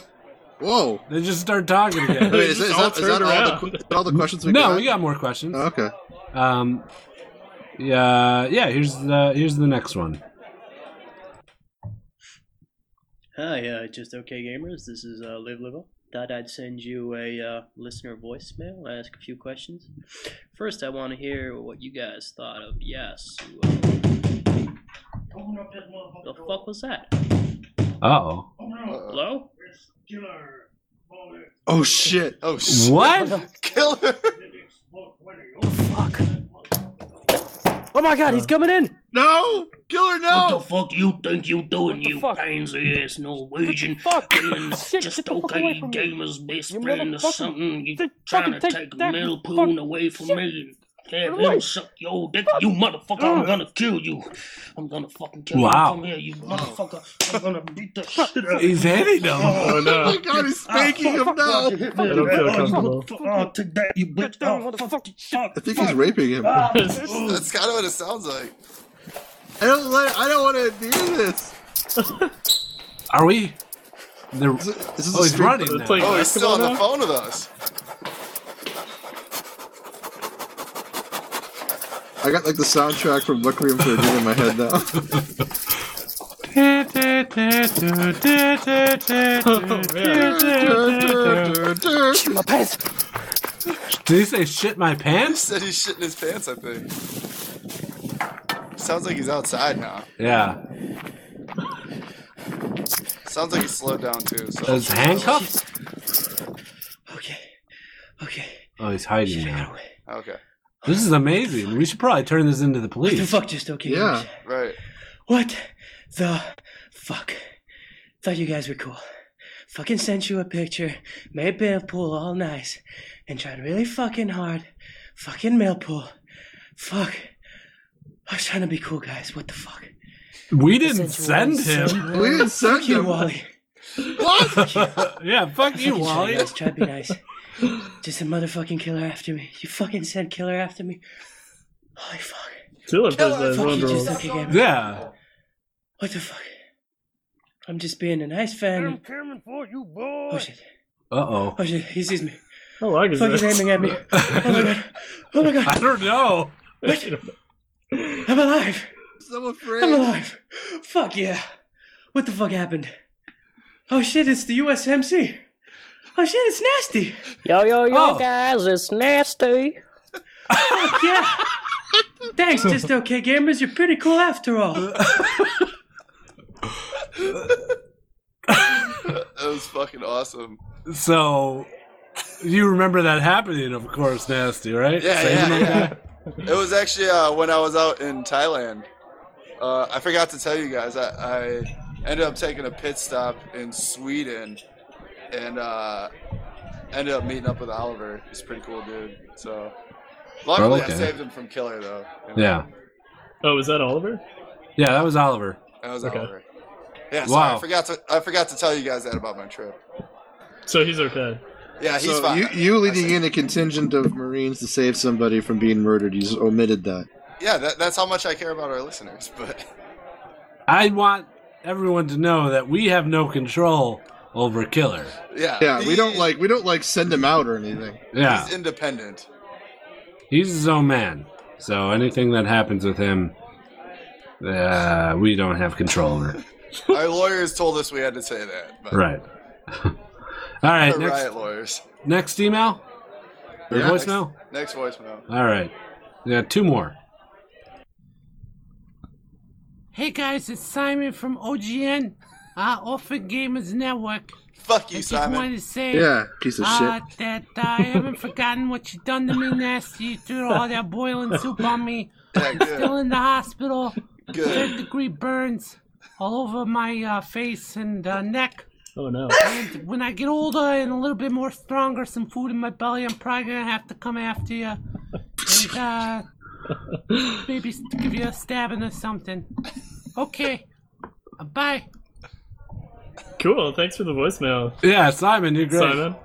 Whoa.
They just start talking
I
again.
mean, is, that- is that, is that all, the, que- is that [LAUGHS] all the questions we got?
no, we got more questions.
Oh, okay.
Um. Yeah. Yeah. Here's the here's the next one.
Hi, uh, just okay gamers. This is uh, Live Level. Thought I'd send you a uh, listener voicemail, ask a few questions. First, I want to hear what you guys thought of Yes. uh, The fuck was that?
Oh.
Uh,
Hello?
Oh shit.
oh, shit. [LAUGHS]
What?
Killer.
Oh my god, he's coming in!
No, killer, no.
fuck you think you doing,
you fuck?
pansy ass Norwegian?
Fuck!
being
Shit,
just
get the fuck away
okay
from me.
gamer's best
You
friend or
motherfucking-
something. You
Just
trying to
fucking
take
take that, you
Millpoon
fuck-
away from
shit.
me.
Yeah, if you don't suck your old dick, you motherfucker, I'm gonna kill you. I'm gonna fucking kill
Wow.
you. Come here, you motherfucker. I'm gonna beat the shit out of you.
He's hitting him.
Oh,
no.
[LAUGHS]
my God, he's
Ah,
spanking him now.
I don't feel comfortable.
Oh, take that, you bitch. Oh, fuck, fuck,
I think he's raping him. I
Ah.
That's kind of what it sounds like.
don't like, I don't want to do this.
Are we? They're-
This is
oh,
a
he's
street-
running.
It's
now.
like-
Oh, he's still on the
Basketball
phone with us.
I got like the soundtrack from Requiem for a Dream in my head
[LAUGHS]
now.
My pants.
Did he say shit my
He
pants?
said he's shitting his pants. I think. Sounds like he's outside now.
Yeah.
Sounds like he slowed down too. So
Those handcuffs?
Okay. Okay.
Oh, he's hiding now.
Okay.
This is amazing. We should probably turn this into the
What the
police.
fuck, just okay?
Yeah.
Gamers?
Right.
What the fuck? Thought you guys were cool. Fucking sent you a picture, made mail pool all nice, and tried really fucking hard. Fucking mail pool. Fuck. I was trying to be cool, guys. What the fuck?
We didn't send him.
we didn't send
Fuck you,
him.
Wally.
[LAUGHS] yeah, fuck you,
Fucking try,
Wally.
guys. Try to be nice. Just a motherfucking killer after me. You fucking sent killer after me. Holy fuck.
Philip is
Fuck
a
you, just
vulnerable.
okay, Gamers.
Yeah.
What the fuck? I'm just being a nice fan.
coming for you,
Oh
boy.
shit.
Uh oh.
Oh shit. He sees me.
How long is
Fuck is
this?
aiming at me. Oh my god. Oh my
I
god.
don't know.
[LAUGHS] I'm alive.
So
I'm
afraid.
alive. Fuck yeah. What the fuck happened? Oh shit, it's the USMC. Oh shit, it's nasty.
Yo, yo, yo,
Oh.
guys, it's nasty.
Fuck
[LAUGHS]
yeah. Thanks, just okay gamers. You're pretty cool after all.
[LAUGHS] That was fucking awesome.
So, you remember that happening, of course, Nasty, right?
Yeah,
Saving
yeah,
that
yeah.
[LAUGHS]
guy?
It was actually uh, when I was out in Thailand. Uh, I forgot to tell you guys. I, I ended up taking a pit stop in Sweden, and uh, ended up meeting up with Oliver. He's a pretty cool dude. So luckily,
okay.
I saved him from killer though. you know?
Yeah.
Oh, is that Oliver?
Yeah, that was Oliver.
that was
Okay.
Oliver. Yeah, sorry,
Wow.
I forgot to I forgot to tell you guys that about my trip.
So he's okay.
Yeah, he's
So
fine.
you, you
I
leading
see.
in a contingent of Marines to save somebody from being murdered. You just omitted that.
Yeah, that, that's how much I care about our listeners. But [LAUGHS]
I want everyone to know that we have no control over Killer.
yeah,
Yeah, we don't
he-
like we don't like send him out or anything.
Yeah.
He's independent.
He's his own man. So, anything that happens with him, uh, we don't have control over.
Our lawyers told us we had to say that. But
Right. [LAUGHS] All right.
The
Next,
riot lawyers.
next email? Or
Yeah.
voicemail?
Next voicemail.
All right. We got two more. Hey guys, it's Simon from OGN, uh, Orphan Gamers Network.
Fuck you, Simon.
to say
Yeah, piece of
uh,
shit.
that uh, I haven't forgotten what you done to me, Nasty. You threw all that boiling soup on me.
Yeah,
Still
good.
in the hospital. Third
Good.
degree burns all over my uh, face and uh, neck.
[LAUGHS]
Oh no.
And when I get older and a little bit more stronger, some food in my belly, I'm probably gonna have to come after you. And, uh, maybe s- give you a stabbing or something. Okay. Uh, Bye.
Cool. Thanks for the voicemail,
Yeah, Simon, you're
Simon.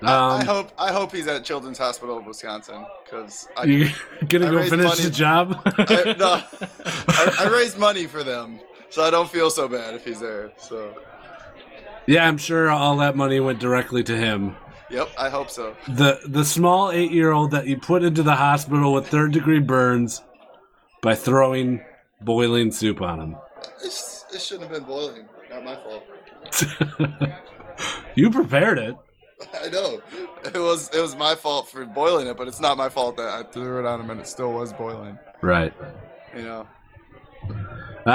I
Um,
hope I hope he's at Children's Hospital of Wisconsin because I,
gonna
I go raised finish money. the
job? [LAUGHS]
I, no, I, I raise money for them, so I don't feel so bad if he's there. So,
yeah, I'm sure all that money went directly to him.
yep, I hope so.
The the small eight year old that you put into the hospital with third degree burns by throwing boiling soup on him.
It's, it shouldn't have been boiling. Not my fault. [LAUGHS]
you prepared it.
I know it was it was my fault for boiling it, but it's not my fault that I threw it on him and it still was boiling.
Right.
You know,
Uh,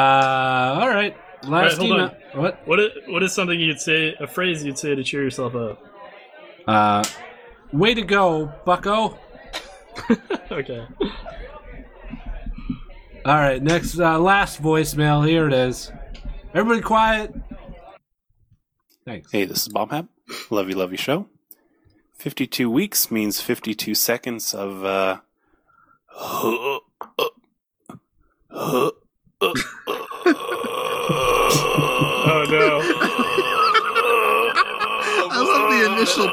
all right. Last
All right, hold
email. What?
What is, what is something you'd say, a phrase you'd say to cheer yourself up?
Uh, way to go, bucko.
okay.
All right, next, uh, last voicemail. Here it is. Everybody quiet. Thanks.
Hey, this is Bombhap. Love you, love you show. 52 weeks means 52 seconds of uh,
Oh no!
I love the initial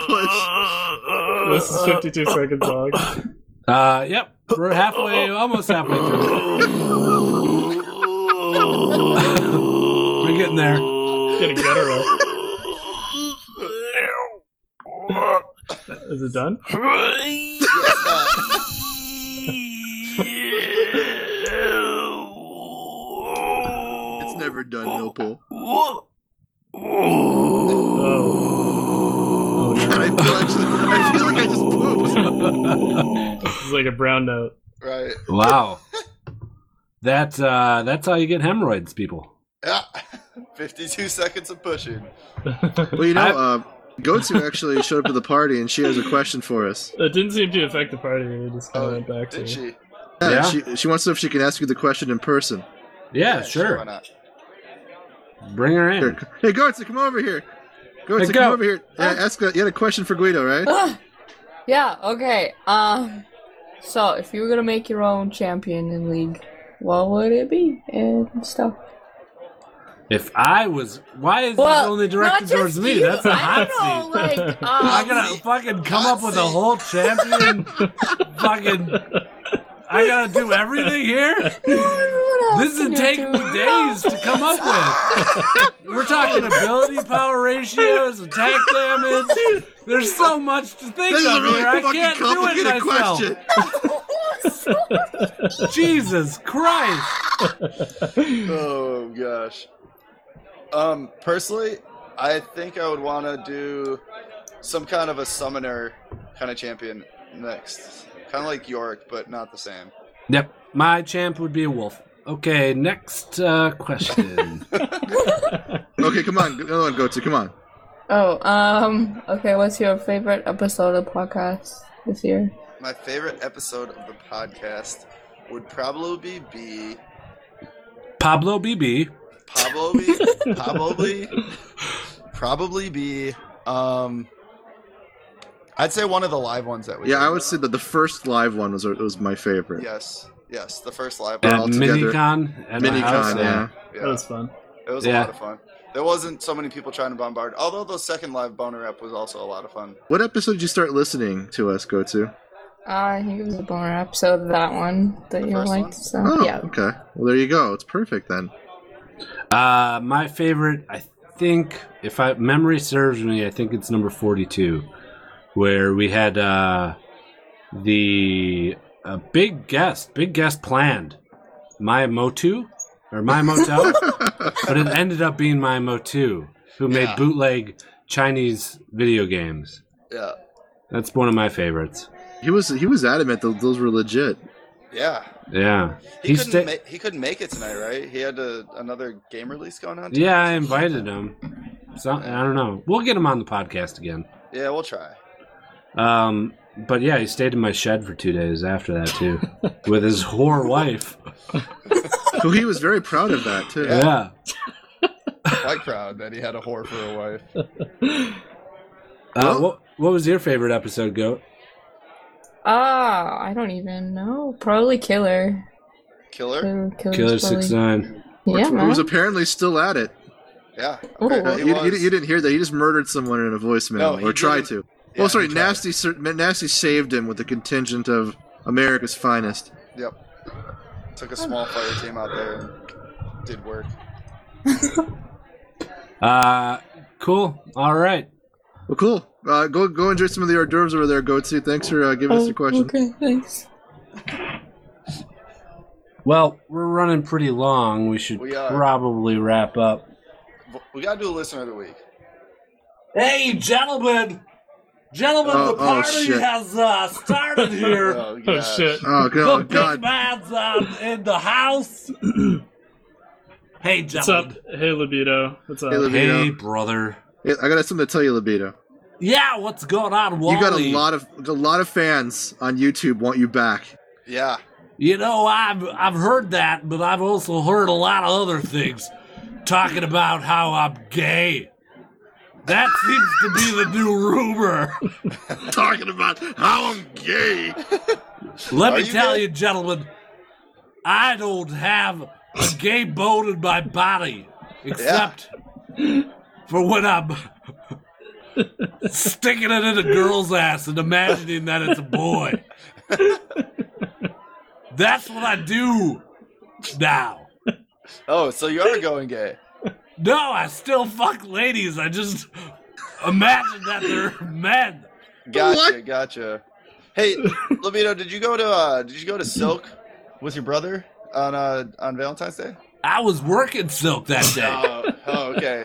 push.
This is 52 seconds long.
Uh, yep, we're halfway, almost halfway through. we're getting there. [LAUGHS]
Get a guttural. Is it done?
It's never done, Millpool.
Oh.
I feel, like, I feel like I just pooped.
This is like a brown
[LAUGHS]
note. [LAUGHS]
Right. [LAUGHS]
Wow, that uh, that's how you get hemorrhoids, people.
Yeah. 52 seconds of pushing.
Well, you know, uh, Goatsu actually showed up to the party and she has a question for us.
It didn't seem to affect the party. It just kind of went back to
Did she?
Yeah,
Yeah?
She, she wants to know if she can ask you the question in person.
Yeah,
Why not?
Bring her
Here,
in.
c- hey, Goatsu, come over here. Goatsu,
Hey,
come
Goat.
over here. Yeah, ask. A, you had a question for Guido, right?
Oh.
Ugh. yeah, [LAUGHS] okay. Um so if you were gonna make your own champion in league, what would it be? And stuff.
If I was, why is this
Well,
only directed
not just
towards me?
you.
That's a
I
hot
don't
seat.
know, like, um,
[LAUGHS] I gotta fucking come up with a whole
[LAUGHS]
champion. fucking, I gotta do everything here. This would take me days to come up
[LAUGHS]
with. We're talking ability power ratios, attack damage. There's so much to think
This is
of
a really
here. I
fucking
can't do
complicated
it myself.
question.
Jesus Christ!
Oh gosh. Um, personally, I think I would want to do some kind of a summoner kind of champion next, kind of like Yorick, but not the same.
Yep, my champ would be a wolf. Okay, next uh, question. [LAUGHS]
Okay, come on, another one, Goatsu, come on.
Oh, um okay, what's your favorite episode of podcast this year?
My favorite episode of the podcast would probably be
Pablo BB.
probably probably probably be um. I'd say one of the live ones that we
Yeah,
did.
I would say that the first live one was was my favorite.
Yes, yes, the first live
At
one.
all together.
Minicon. At my house, uh,
Minicon, yeah.
Yeah.
That was fun.
It was
Yeah.
a lot of fun. There wasn't so many people trying to bombard. Although the second live boner rep was also a lot of fun.
What episode did you start listening to us, Goatsu?
Uh, I think it was a boner episode that one that
The
you
first
liked.
one?
So
Oh,
yeah.
okay. Well, there you go. It's perfect then.
Uh, my favorite, I think, if I memory serves me, I think it's number forty-two, where we had uh, the a big guest, big guest planned, my Motu or my Motel, but it ended up being my Motu, who made
Yeah.
bootleg Chinese video games.
Yeah.
That's one of my favorites.
He was he was adamant that those were legit.
Yeah.
Yeah,
He,
He
couldn't
sta-
make he couldn't make it tonight, right? He had a, another game release going on.
yeah, I invited him. So I don't know. We'll get him on the podcast again.
Yeah, we'll try.
Um, but yeah, he stayed in my shed for two days after that too, with his whore wife.
Well, he was very proud of that too.
Yeah. Uh,
Quite proud that he had a whore for a wife.
Uh, what What was your favorite episode, Goat?
Ah, I don't even know. Probably Killer.
Killer.
Killer, Killer's
Killer
probably-
Six Nine.
Yeah,
Who
man.
was apparently still at it.
Yeah.
Uh,
Ooh.
apparently
you,
he
you-
was.
you didn't hear that. He just murdered someone in a
No,
voicemail,
he
or tried
didn't.
to.
Yeah,
oh, sorry.
he tried.
Nasty, sir, Nasty saved him with the contingent of America's finest.
Took a small fire team out there and did work.
Uh, cool. All right.
Well, cool. Uh, go go enjoy some of the hors d'oeuvres over there, Goatsu. Thanks for uh, giving us your question.
Okay, thanks.
Well, we're running pretty long. We should
We are.
probably wrap up.
We gotta do a listener of the week.
Hey, gentlemen! Gentlemen,
Oh,
the
oh,
party
shit.
has uh, started here.
Oh,
Oh
gosh.
shit!
Oh, go-
the
oh,
big
God.
man's uh, in the house. hey,
What's up?
gentlemen.
Hey, libido. What's up?
Hey, Libido.
Hey, brother.
Yeah, I got something to tell you, Libido.
Yeah, what's going on, Wally?
You got a lot of a lot of fans on YouTube want you back.
Yeah.
You know, I've I've heard that, but I've also heard a lot of other things talking about how I'm gay That seems to be the new rumor.
[LAUGHS] Talking about how I'm gay.
Let
Are
me
you
tell
gay?
you, gentlemen, I don't have a gay bone in my body except for when I'm sticking it in a girl's ass and imagining that it's a boy. That's what I do now.
Oh, so you are going gay.
No, I still fuck ladies. I just imagine that they're men.
Gotcha, gotcha. Hey, Levito, did you go to uh, did you go to Silk with your brother on uh, on Valentine's Day?
I was working silk that day.
[LAUGHS] Oh, oh, okay.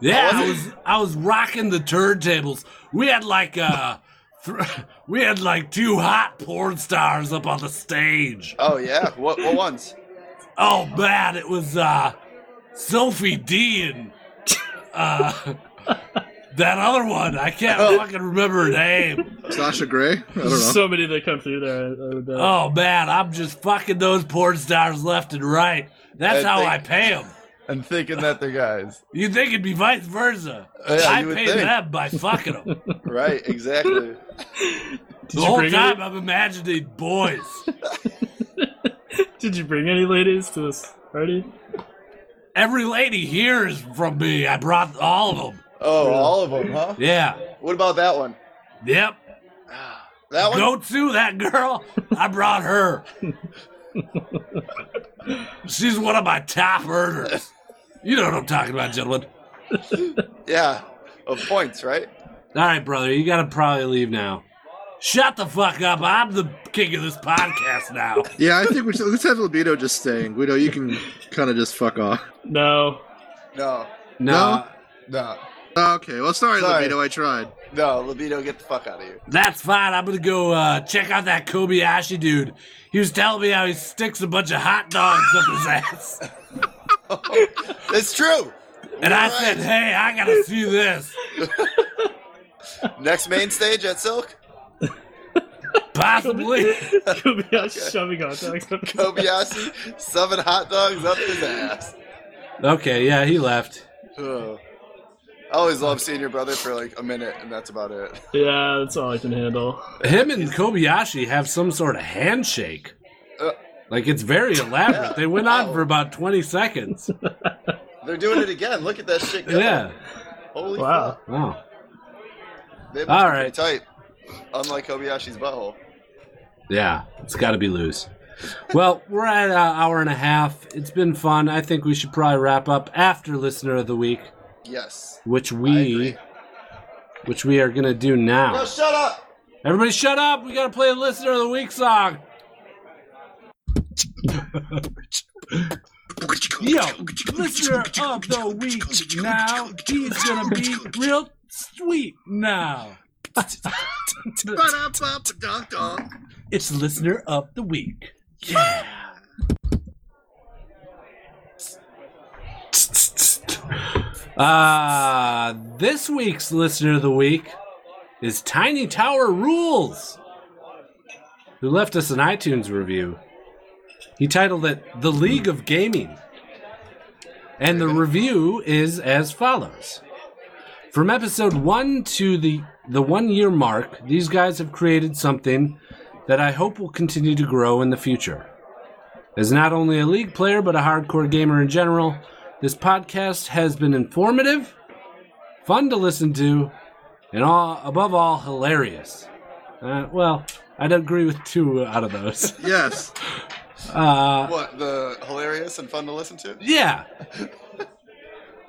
Yeah, I was I was rocking the turntables. We had like uh, [LAUGHS] th- we had like two hot porn stars up on the stage.
Oh yeah, what what ones?
Oh man, it was uh, Sophie D and uh, [LAUGHS] that other one. I can't fucking remember her name.
Sasha Gray? I don't know. [LAUGHS]
So many that come through there. I, I would,
Oh man, I'm just fucking those porn stars left and right. That's
And
how
think-
I pay them.
I'm thinking that they're guys.
You think it'd be vice versa?
Uh, yeah,
I
you would
pay
think.
them by fucking them.
Right, exactly.
The
you
whole
bring
time
any-
I'm imagining boys.
Did you bring any ladies to this party?
Every lady here is from me. I brought all of them.
Oh, all of them, huh?
Yeah.
What about that one?
Yep.
That one?
Go to that girl. I brought her. She's one of my top earners. You know what I'm talking about, gentlemen.
Yeah, of points, right?
All right, brother, you gotta probably leave now. Shut the fuck up. I'm the king of this podcast now.
Yeah, I think we should, let's have Libido just staying. Guido, you can kind of just fuck off.
No.
[LAUGHS]
No.
No?
No.
Uh, Okay, well, sorry,
Sorry.
Libido, I tried.
No, Libido, get the fuck out of here.
That's fine. I'm gonna go uh, check out that Kobayashi dude. He was telling me how he sticks a bunch of hot dogs up his ass.
It's true.
And I said, hey, I gotta see this.
Next main stage at Silk?
Possibly.
Kobayashi shoving hot dogs.
[LAUGHS]
up-
Kobayashi subbing hot dogs up his ass.
[LAUGHS] Okay, yeah, he left.
Ugh. I always love seeing your brother for like a minute, and that's about it.
Yeah, that's all I can handle.
Him and Kobayashi have some sort of handshake.
Uh.
Like it's very elaborate. They went on for about twenty seconds.
They're doing it again. Look at that shit. Go.
Yeah. Oh.
Holy
Wow.
fuck.
Wow.
They must
All
be
right.
pretty tight. Unlike Kobayashi's butthole.
Yeah, it's got to be loose. Well, we're at an hour and a half. It's been fun. I think we should probably wrap up after listener of the week,
Yes.
which we, which we are gonna do now.
shut up.
Everybody, shut up! We gotta play a listener of the week song. Yo, listener of the week now. He's gonna be real sweet now. It's listener of the week. Yeah. Uh, this week's listener of the week is Tiny Tower Rules, who left us an iTunes review. He titled it The League of Gaming. And the review is as follows. From episode 1 to the the 1 year mark, these guys have created something that I hope will continue to grow in the future. As not only a league player but a hardcore gamer in general, this podcast has been informative, fun to listen to, and all, above all, hilarious. Uh, well, I'd agree with two out of those.
Yes.
Uh,
What, the hilarious and fun to listen to?
yeah.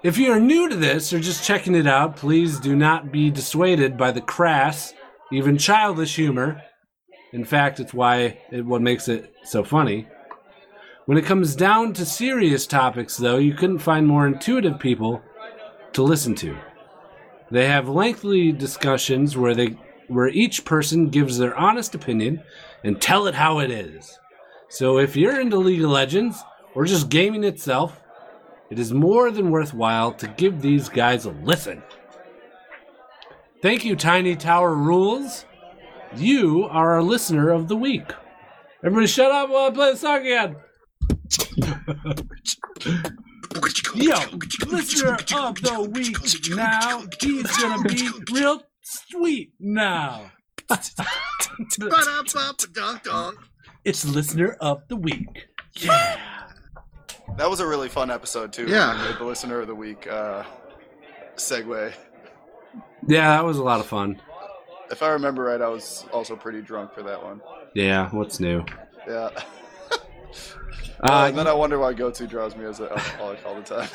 If you are new to this or just checking it out, please do not be dissuaded by the crass, even childish humor. In fact, it's why it, what makes it so funny. When it comes down to serious topics, though, you couldn't find more intuitive people to listen to. They have lengthy discussions where they where each person gives their honest opinion and tell it how it is. So if you're into League of Legends or just gaming itself, it is more than worthwhile to give these guys a listen. Thank you, Tiny Tower Rules. You are our listener of the week. Everybody, shut up while I play the song again. Yo, listener of the week now. He's gonna be real sweet now. [LAUGHS] It's listener of the week.
That was a really fun episode too.
Yeah.
We did The listener of the week uh, segue.
Yeah, that was a lot of fun.
If I remember right, I was also pretty drunk for that one.
Yeah, what's new?
Yeah.
Uh,
and then I wonder why go-to draws me as an alcoholic all the time.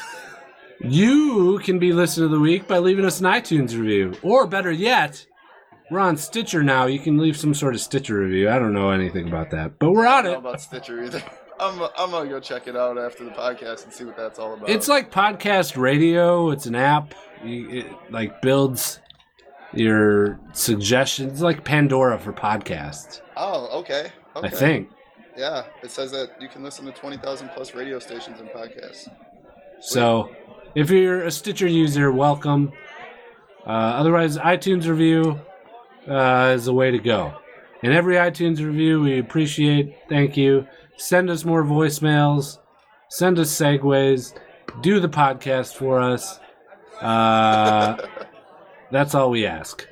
You can be listener of the week by leaving us an iTunes review, or better yet, we're on Stitcher now. You can leave some sort of Stitcher review. I don't know anything about that, but we're
I
on
don't
it.
know about Stitcher either. [LAUGHS] I'm, I'm gonna go check it out after the podcast and see what that's all about.
It's like podcast radio. It's an app. You- It like builds your suggestions, It's like Pandora for podcasts.
oh, okay. okay.
I think.
Yeah, it says that you can listen to 20,000 plus radio stations and podcasts.
So, if you're a Stitcher user, welcome. Uh, otherwise, iTunes review uh, is the way to go. And every iTunes review, we appreciate. Thank you. Send us more voicemails. Send us segues. Do the podcast for us. Uh, [LAUGHS] that's all we ask.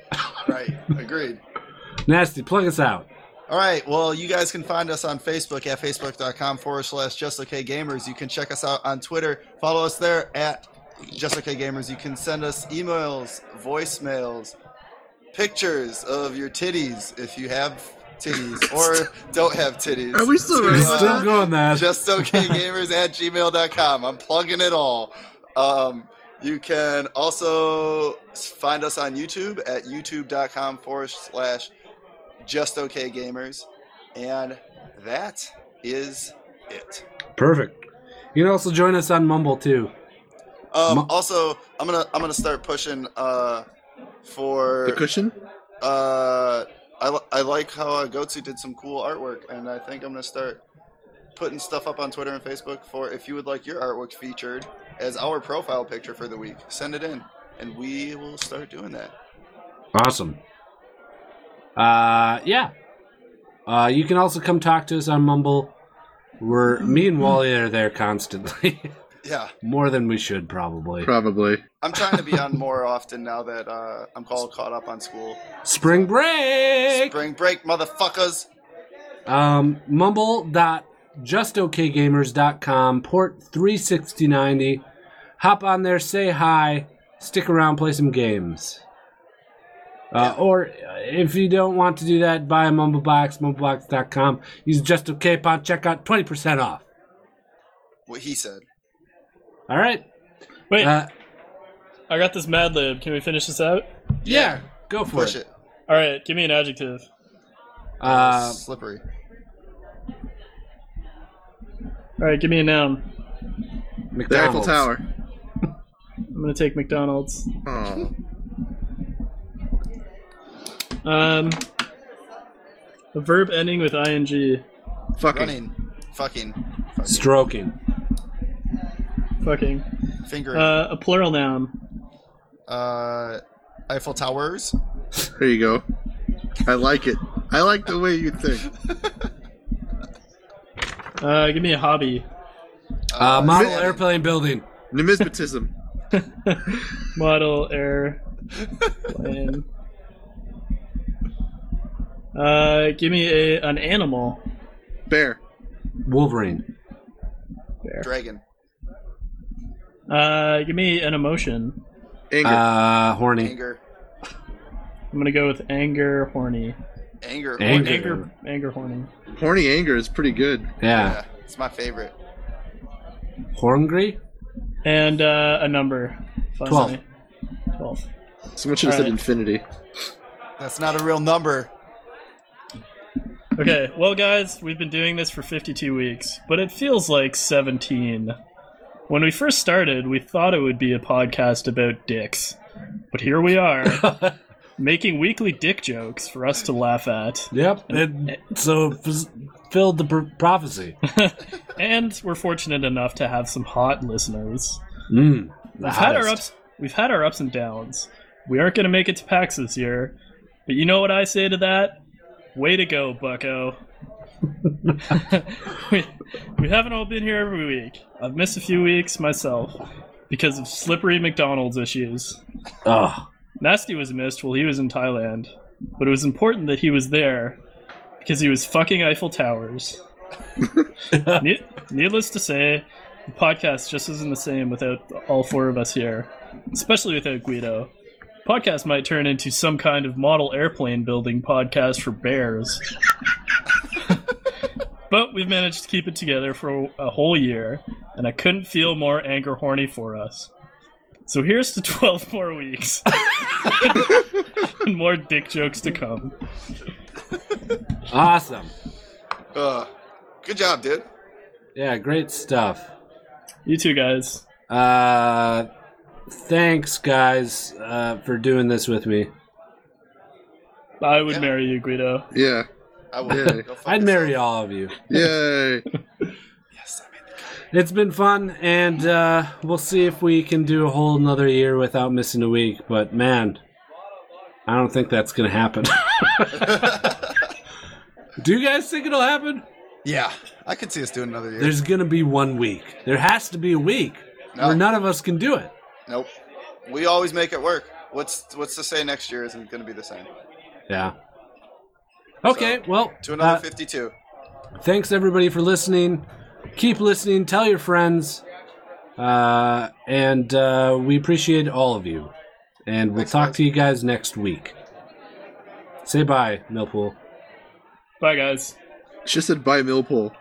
Right, agreed.
Nasty, plug us out.
All right. Well, you guys can find us on Facebook at facebook.com forward slash just okay gamers. You can check us out on Twitter. Follow us there at just okay gamers. You can send us emails, voicemails, pictures of your titties if you have titties
[LAUGHS]
or don't have titties.
Are we still
To,
running
uh,
Still going that.
just okay gamers at gmail.com i'm plugging it all um, you can also find us on youtube at youtube.com forward slash just okay gamers and that is it
Perfect. You can also join us on Mumble too.
um, also i'm gonna i'm gonna start pushing uh, for
The cushion?
uh, I, li- I like how uh, Gotsu did some cool artwork, and I think I'm gonna start putting stuff up on Twitter and Facebook for if you would like your artwork featured as our profile picture for the week. Send it in, and we will start doing that.
Awesome. Uh, yeah. Uh, you can also come talk to us on Mumble. We're me and Wally are there constantly. [LAUGHS]
Yeah,
More than we should, probably.
Probably.
I'm trying to be on more [LAUGHS] often now that uh, I'm all caught up on school.
Spring break.
Spring break, motherfuckers.
Um, mumble.justokgamers.com port 36090. Hop on there, say hi, stick around, play some games. Uh, Or uh, if you don't want to do that, buy a mumble box, mumblebox.com. Use just okay upon checkout, 20% off.
What he said.
All right.
Wait.
Uh,
I got this Mad Lib. Can we finish this out?
Yeah, go for
Push it.
All right, give me an adjective.
Uh,
Slippery.
All right, give me a noun.
The Eiffel Tower.
I'm gonna take McDonald's.
Oh.
Um, a verb ending with ing.
Fucking.
Running. Fucking.
Stroking.
Fucking.
Fingering.
Uh, a plural noun.
Uh, Eiffel Towers.
There you go. I like it. I like the way you think.
Uh, give me a hobby.
Uh, model airplane building.
Numismatism.
Model air. Plane. Uh, give me a an animal.
Bear.
Wolverine.
Dragon.
Uh, give me an emotion.
Anger.
Uh, horny.
Anger.
I'm gonna go with anger, horny.
Anger.
Anger.
anger, anger horny.
Horny anger is pretty good.
Yeah.
It's my favorite.
Horngry?
And uh, a number. Finally. Twelve.
Someone should have said
Alright.
infinity.
That's not a real number.
Okay, well, guys, we've been doing this for 52 weeks, but it feels like 17. When we first started, we thought it would be a podcast about dicks. But here we are, making weekly dick jokes for us to laugh at.
Yep. And so it fus- filled the pr- prophecy.
And we're fortunate enough to have some hot listeners.
Mm, the
We've had our
hottest.
ups. We've had our ups and downs. We aren't going to make it to PAX this year, but you know what I say to that? Way to go, Bucko! [LAUGHS] We haven't all been here every week. I've missed a few weeks myself because of slippery McDonald's issues.
Ugh.
Nasty was missed while he was in Thailand, but it was important that he was there because he was fucking Eiffel Towers. Need- needless to say, the podcast just isn't the same without all four of us here, especially without Guido. Podcast might turn into some kind of model airplane building podcast for bears. But we've managed to keep it together for a whole year, and I couldn't feel more anger horny for us. So here's to [LAUGHS] 12 more weeks. and [LAUGHS] more dick jokes to come.
Awesome.
Uh, good job, dude.
Yeah, great stuff.
You too, guys.
Uh, thanks, guys, uh, for doing this with me.
I would marry you, Guido.
Yeah.
I [LAUGHS]
Yeah. I'd marry all of you.
Yay.
It's been fun, and uh, we'll see if we can do a whole another year without missing a week. But man, I don't think that's gonna happen. do you guys think it'll happen?
Yeah, I could see us doing another year.
There's gonna be one week. There has to be a week where none of us can do it.
Nope. We always make it work. What's what's to say next year isn't going to be the same?
Yeah. Okay. well,
To another
uh,
52.
thanks everybody for listening. Keep listening. Tell your friends, uh, and uh, we appreciate all of you. And we'll talk to you guys next week. Say bye, Millpool.
Bye, guys.
She said, "Bye, Millpool."